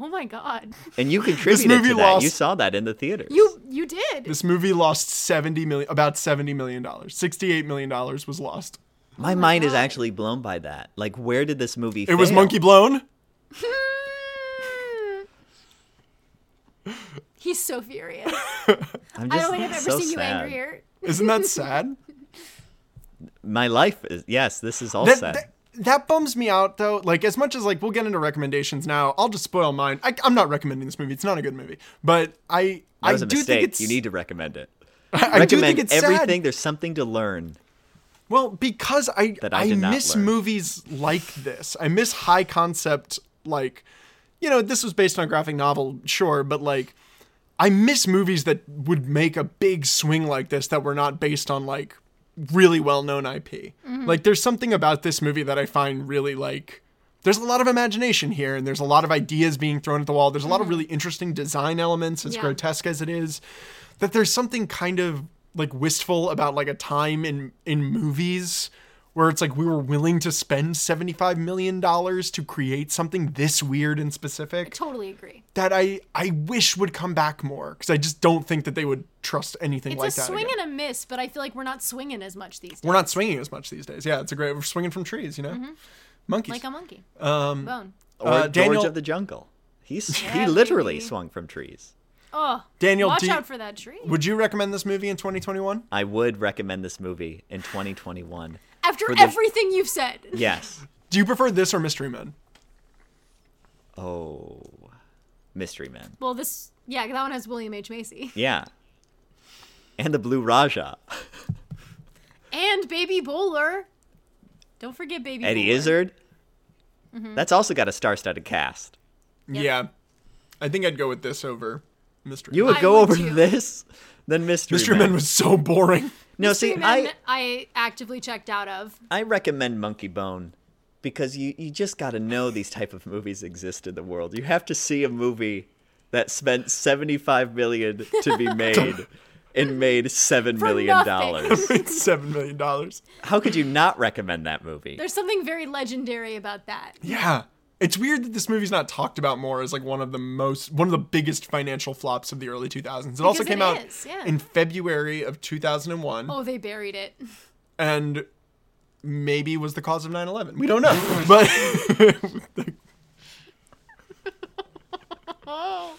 B: Oh my god.
A: And you contributed
C: movie
A: to that. You
C: lost-
A: saw that in the theater.
B: You you did.
C: This movie lost seventy million, about seventy million dollars. Sixty-eight million dollars was lost.
A: My mind is
B: Oh God.
A: actually blown by that. Like, where did this movie
C: It was Monkey Blown.
B: Hmm. He's so furious.
A: I'm
B: I
A: just
B: don't think I've ever
A: so
B: seen you
A: sad.
B: angrier.
C: Isn't that sad?
A: My life is yes. This is all
C: that,
A: sad.
C: that, that bums me out though. Like as much as like we'll get into recommendations now, I'll just spoil mine. I, I'm not recommending this movie. It's not a good movie, but I
A: That
C: I
A: was a
C: do think
A: mistake.
C: it's
A: You need to recommend it.
C: I do
A: recommend
C: think it's
A: everything.
C: Sad.
A: There's something to learn.
C: Well, because I
A: That I
C: I,
A: did not
C: miss
A: learn.
C: movies like this. I miss high concept like you know, this was based on a graphic novel, sure, but like I miss movies that would make a big swing like this that were not based on like really well-known IP. Like there's something about this movie that I find really like there's a lot of imagination here and there's a lot of ideas being thrown at the wall. There's a lot of really interesting design elements as
B: Yeah.
C: grotesque as it is. That there's something kind of like wistful about like a time in in movies where it's like we were willing to spend 75 million dollars to create something this weird and specific
B: Totally agree.
C: that I I wish would come back more because I just don't think that they would trust anything
B: It's
C: like
B: a
C: that.
B: swing
C: again.
B: and a miss, but I feel like we're not swinging as much these days.
C: We're not swinging as much these days. Yeah, it's a great. We're swinging from trees, you know, monkeys.
B: Mm-hmm. Like a monkey. Um, Bone.
A: Or
C: Uh, Daniel-
A: George of the Jungle. He's
B: Yeah,
A: he literally
B: baby.
A: swung from trees.
B: Oh,
C: Daniel,
B: watch
C: do you-
B: out for that tree.
C: would you recommend this movie in 2021?
A: I would recommend this movie in 2021.
B: After
A: for the-
B: everything you've said,
A: Yes.
C: Do you prefer this or Mystery Men?
A: Oh, Mystery Men.
B: well, this yeah, that one has William H Macy
A: Yeah. And the Blue Raja.
B: and Baby Bowler. Don't forget Baby
A: Eddie
B: Bowler.
A: Izzard.
B: Mm-hmm.
A: That's also got a star-studded cast.
C: Yeah, I think I'd go with this over Mystery.
A: You
C: Men.
A: would
B: I
A: go
B: would
A: over
B: too.
A: this than Mystery,
C: Mystery
A: Men.
C: Men was so boring.
A: no,
B: Three
A: see,
B: men
A: I
B: I actively checked out of.
A: I recommend Monkey Bone because you you just got to know these type of movies exist in the world. You have to see a movie that spent 75 million to be made and made 7
B: For
A: million
B: nothing.
A: dollars.
C: Seven million dollars.
A: How could you not recommend that movie?
B: There's something very legendary about that.
C: Yeah. It's weird that this movie's not talked about more as like one of the most one of the biggest financial flops of the early 2000s. It also
B: it
C: came out
B: is, yeah.
C: in February of 2001
B: Oh, they buried it.
C: and maybe was the cause of 9/11. We don't know. but
B: Oh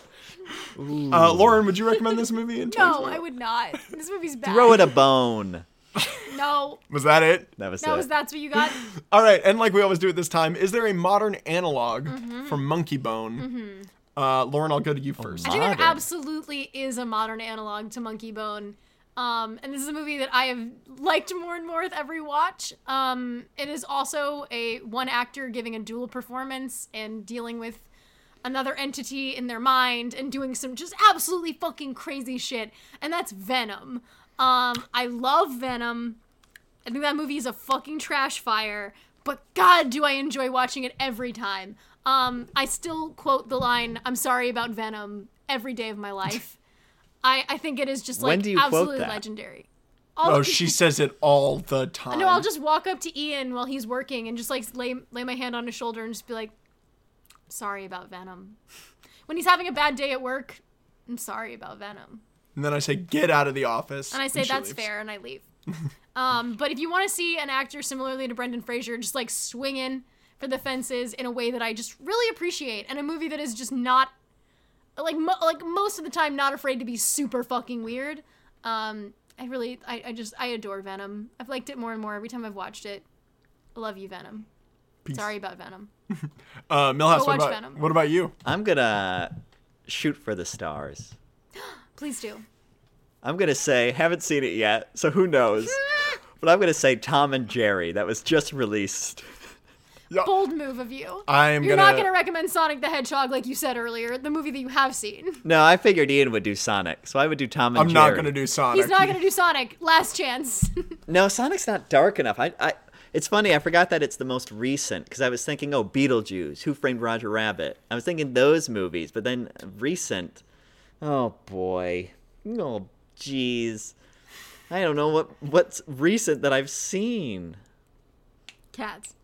C: uh, Lauren, would you recommend this movie in
B: no,
C: 2021?
B: I would not. This movie's bad.
A: Throw it a bone.
B: No,
C: Was that it?
A: That was
B: that
A: it.
B: was that's what you got.
C: All right, and like we always do at this time, is there a modern analog
B: Mm-hmm.
C: for Monkey Bone? Uh, Lauren, I'll go to you first.
B: I think there
A: Modern.
B: absolutely is a modern analog to Monkey Bone. Um, and this is a movie that I have liked more and more with every watch. Um, it is also a one actor giving a dual performance and dealing with another entity in their mind and doing some just absolutely fucking crazy shit. And that's Venom. Um, I love Venom. I think that movie is a fucking trash fire, but God, do I enjoy watching it every time. Um, I still quote the line, I'm sorry about Venom, every day of my life. I, I think it is just like
A: When do you quote
B: absolutely
A: that?
B: legendary. All
C: Oh, she says it all the time.
B: no, I'll just walk up to Ian while he's working and just like lay lay my hand on his shoulder and just be like, "Sorry about Venom." When he's having a bad day at work, I'm sorry about Venom,
C: and then I say, "Get out of the office."
B: and I say
C: she
B: that's
C: leaves.
B: fair, and I leave. um, but if you want to see an actor similarly to Brendan Fraser, just like swinging for the fences in a way that I just really appreciate, and a movie that is just not like mo- like most of the time not afraid to be super fucking weird. Um, I really, I, I just, I adore Venom. I've liked it more and more every time I've watched it. I love you, Venom. Sorry about Venom.
C: Uh, Milhouse,
B: Go
C: what
B: watch
C: about,
B: Venom.
C: what about you?
A: I'm going to shoot for the stars.
B: Please do.
A: I'm going to say haven't seen it yet, so who knows. but I'm going to say Tom and Jerry that was just released.
B: Bold move of you.
C: I'm
B: You're
C: gonna,
B: not gonna recommend Sonic the Hedgehog like you said earlier, the movie that you have seen.
A: No, I figured Ian would do Sonic, so I would do Tom and
C: I'm
A: Jerry.
C: not gonna do Sonic.
B: He's not gonna do Sonic. Last chance.
A: No, Sonic's not dark enough. I, I it's funny. I forgot that it's the most recent because I was thinking, oh, Beetlejuice, Who Framed Roger Rabbit. I was thinking those movies, but then recent. Oh boy. Oh jeez. I don't know what what's recent that I've seen.
B: Cats.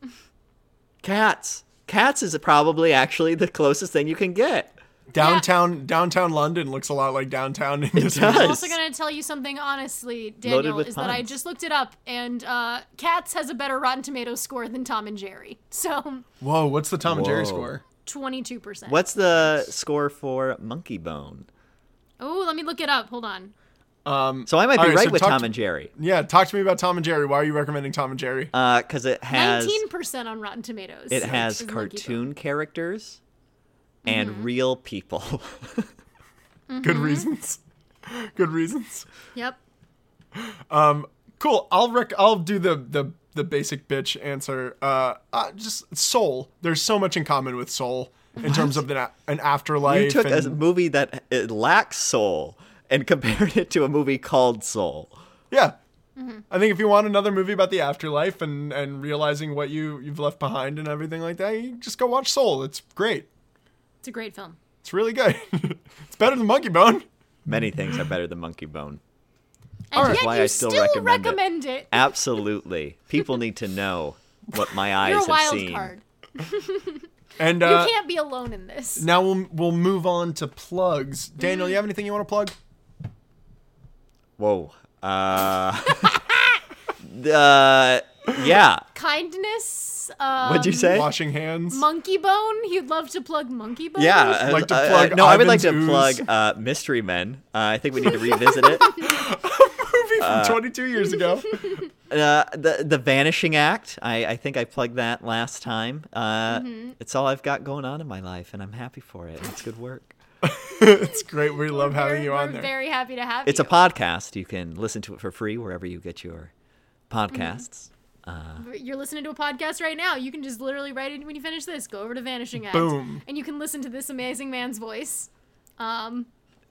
A: Cats. Cats is probably actually the closest thing you can get.
C: downtown downtown London looks a lot like downtown in this
A: does.
C: movie.
B: I'm also gonna tell you something honestly, Daniel,
A: with
B: is that I
A: puns.
B: just looked it up and uh, Cats has a better Rotten Tomatoes score than Tom and Jerry. So
C: Whoa, what's the Tom and Jerry
A: Whoa.
C: score?
B: twenty two percent.
A: What's the score for Monkey Bone?
B: Oh, let me look it up. Hold on.
A: So I might be
C: All right,
A: right,
C: so
A: with
C: talk
A: Tom
C: to-
A: and Jerry
C: Um, Yeah, talk to me about Tom and Jerry. Why are you recommending Tom and Jerry?
A: because it has
B: Nineteen percent on Rotten Tomatoes.
A: it has
B: is Mm-hmm. Lucky Book.
A: cartoon characters and real people.
B: Mm-hmm.
C: Good reasons. Good reasons.
B: Yep.
C: Cool. I'll rec- I'll do the the the basic bitch answer. Uh, uh just Soul. There's so much in common with Soul in terms of an, a- an afterlife.
A: you took
C: and,
A: a movie that it lacks soul and compared it to a movie called Soul.
C: Yeah.
B: Mm-hmm.
C: I think if you want another movie about the afterlife and, and realizing what you, you've left behind and everything like that, you just go watch Soul. It's great.
B: It's a great film.
C: It's really good. it's better than Monkey Bone.
A: Many things are better than Monkey Bone.
B: And
A: right.
B: yet
A: Why
B: you
A: I still
B: still
A: recommend it.
B: recommend it.
A: Absolutely, people need to know what my eyes
B: You're a
A: have
B: wild
A: seen.
B: card.
C: And
B: You
C: uh,
B: can't be alone in this.
C: now we'll we'll move on to plugs.
B: Mm-hmm.
C: Daniel, you have anything you want to plug?
A: Whoa. Uh, uh, yeah.
B: Kindness. Um,
A: What'd you say?
C: Washing hands.
B: Monkey Bone. He'd love to plug Monkey Bone.
A: Yeah,
C: Like to
A: uh,
C: plug
A: uh, no, I would like to
C: Ivan's
A: plug
C: ooze.
A: uh, Mystery Men. Uh, I think we need to revisit it.
C: movie from 22 years ago.
A: Uh, the The Vanishing Act. I, I think I plugged that last time. Uh,
B: Mm-hmm.
A: It's all I've got going on in my life, and I'm happy for it. It's good work.
C: it's great. We love having
B: We're-
C: you on
B: we're
C: there.
B: Very happy to have
A: It's
B: you.
A: a podcast. You can listen to it for free wherever you get your
B: Mm-hmm.
A: podcasts.
B: You're listening to a podcast right now. You can just literally right in, when you finish this, go over to Vanishing Act,
C: Boom.
B: and you can listen to this amazing man's voice. Um,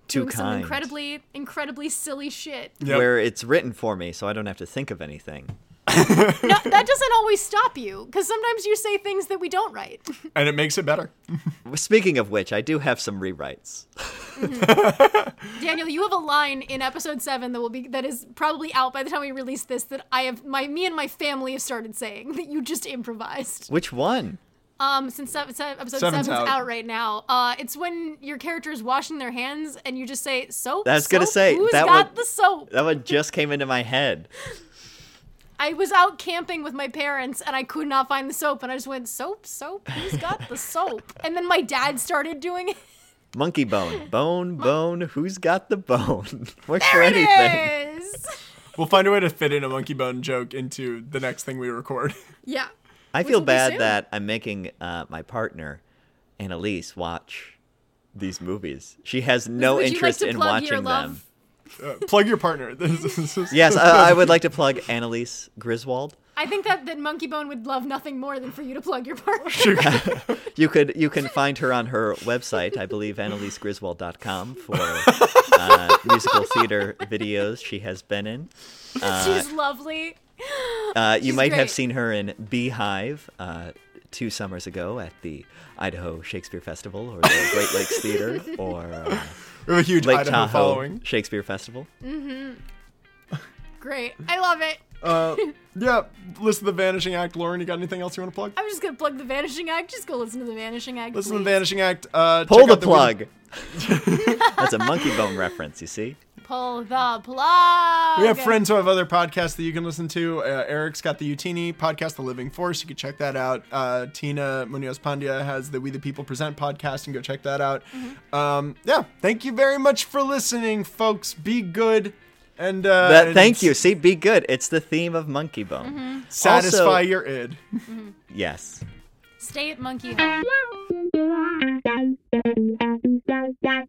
A: Too
B: doing some
A: kind.
B: incredibly, incredibly silly shit.
C: Yep.
A: Where it's written for me, so I don't have to think of anything.
B: No, that doesn't always stop you, because sometimes you say things that we don't write.
C: and it makes it better.
A: Speaking of which, I do have some rewrites.
B: Daniel, you have a line in episode seven that will be that is probably out by the time we release this that I have my me and my family have started saying that you just improvised.
A: Which one?
B: Um, since seven, seven, episode
C: Seven's
B: seven's,
C: out.
B: out. right now, uh, it's when your character is washing their hands and you just say soap.
A: That's gonna
B: soap?
A: say,
B: who's
A: that
B: got
A: one-
B: the soap?
A: That one just came into my head.
B: I was out camping with my parents and I could not find the soap and I just went soap, soap. Who's got the soap? And then my dad started doing it.
A: Monkey bone, bone, bone. Who's got the bone? Works for
B: There it
A: anything.
B: is.
C: We'll find a way to fit in a monkey bone joke into the next thing we record.
B: Yeah.
A: I feel
B: will be
A: bad
B: soon.
A: that I'm making uh, my partner, Annalise, watch these movies. She has no
B: Would you like
A: interest
B: to
A: in
B: plug your
A: watching
B: love?
A: them.
C: Uh, plug your partner. This is- this is-
A: Yes, I, I would like to plug Annalise Griswold.
B: I think that, that Monkey Bone would love nothing more than for you to plug your partner.
A: You could you can find her on her website, I believe, AnnaliseGriswold.com for uh, musical theater videos she has been in.
B: She's lovely.
A: Uh, you
B: She's
A: might have
B: great.
A: seen her in Beehive uh, two summers ago at the Idaho Shakespeare Festival or the Great Lakes Theater or uh,
C: We have a huge
A: Lake
C: Idaho
A: Tahoe
C: following.
A: Shakespeare Festival.
B: Great. I love it.
C: Uh, yeah, listen to The Vanishing Act. Lauren, you got anything else you want to plug?
B: I'm just gonna plug the Vanishing Act. Just go listen to the Vanishing Act.
C: Listen to
B: please.
C: The Vanishing Act. Uh,
A: Pull
C: check
A: the
C: out video-
A: plug. That's a monkey bone reference, you see?
B: Pull the plug.
C: We have friends who have other podcasts that you can listen to. Uh, Eric's got the Utini podcast, The Living Force. You can check that out. Uh, Tina Munoz Pandya has the We the People Present podcast, and go check that out. Um, yeah, thank you very much for listening, folks. Be good. And, uh,
A: That,
C: and
A: thank you. See, be good. It's the theme of monkey bone.
C: Satisfy
A: Also-
C: your id.
A: Yes.
B: Stay at Monkey Bone.
D: Yeah.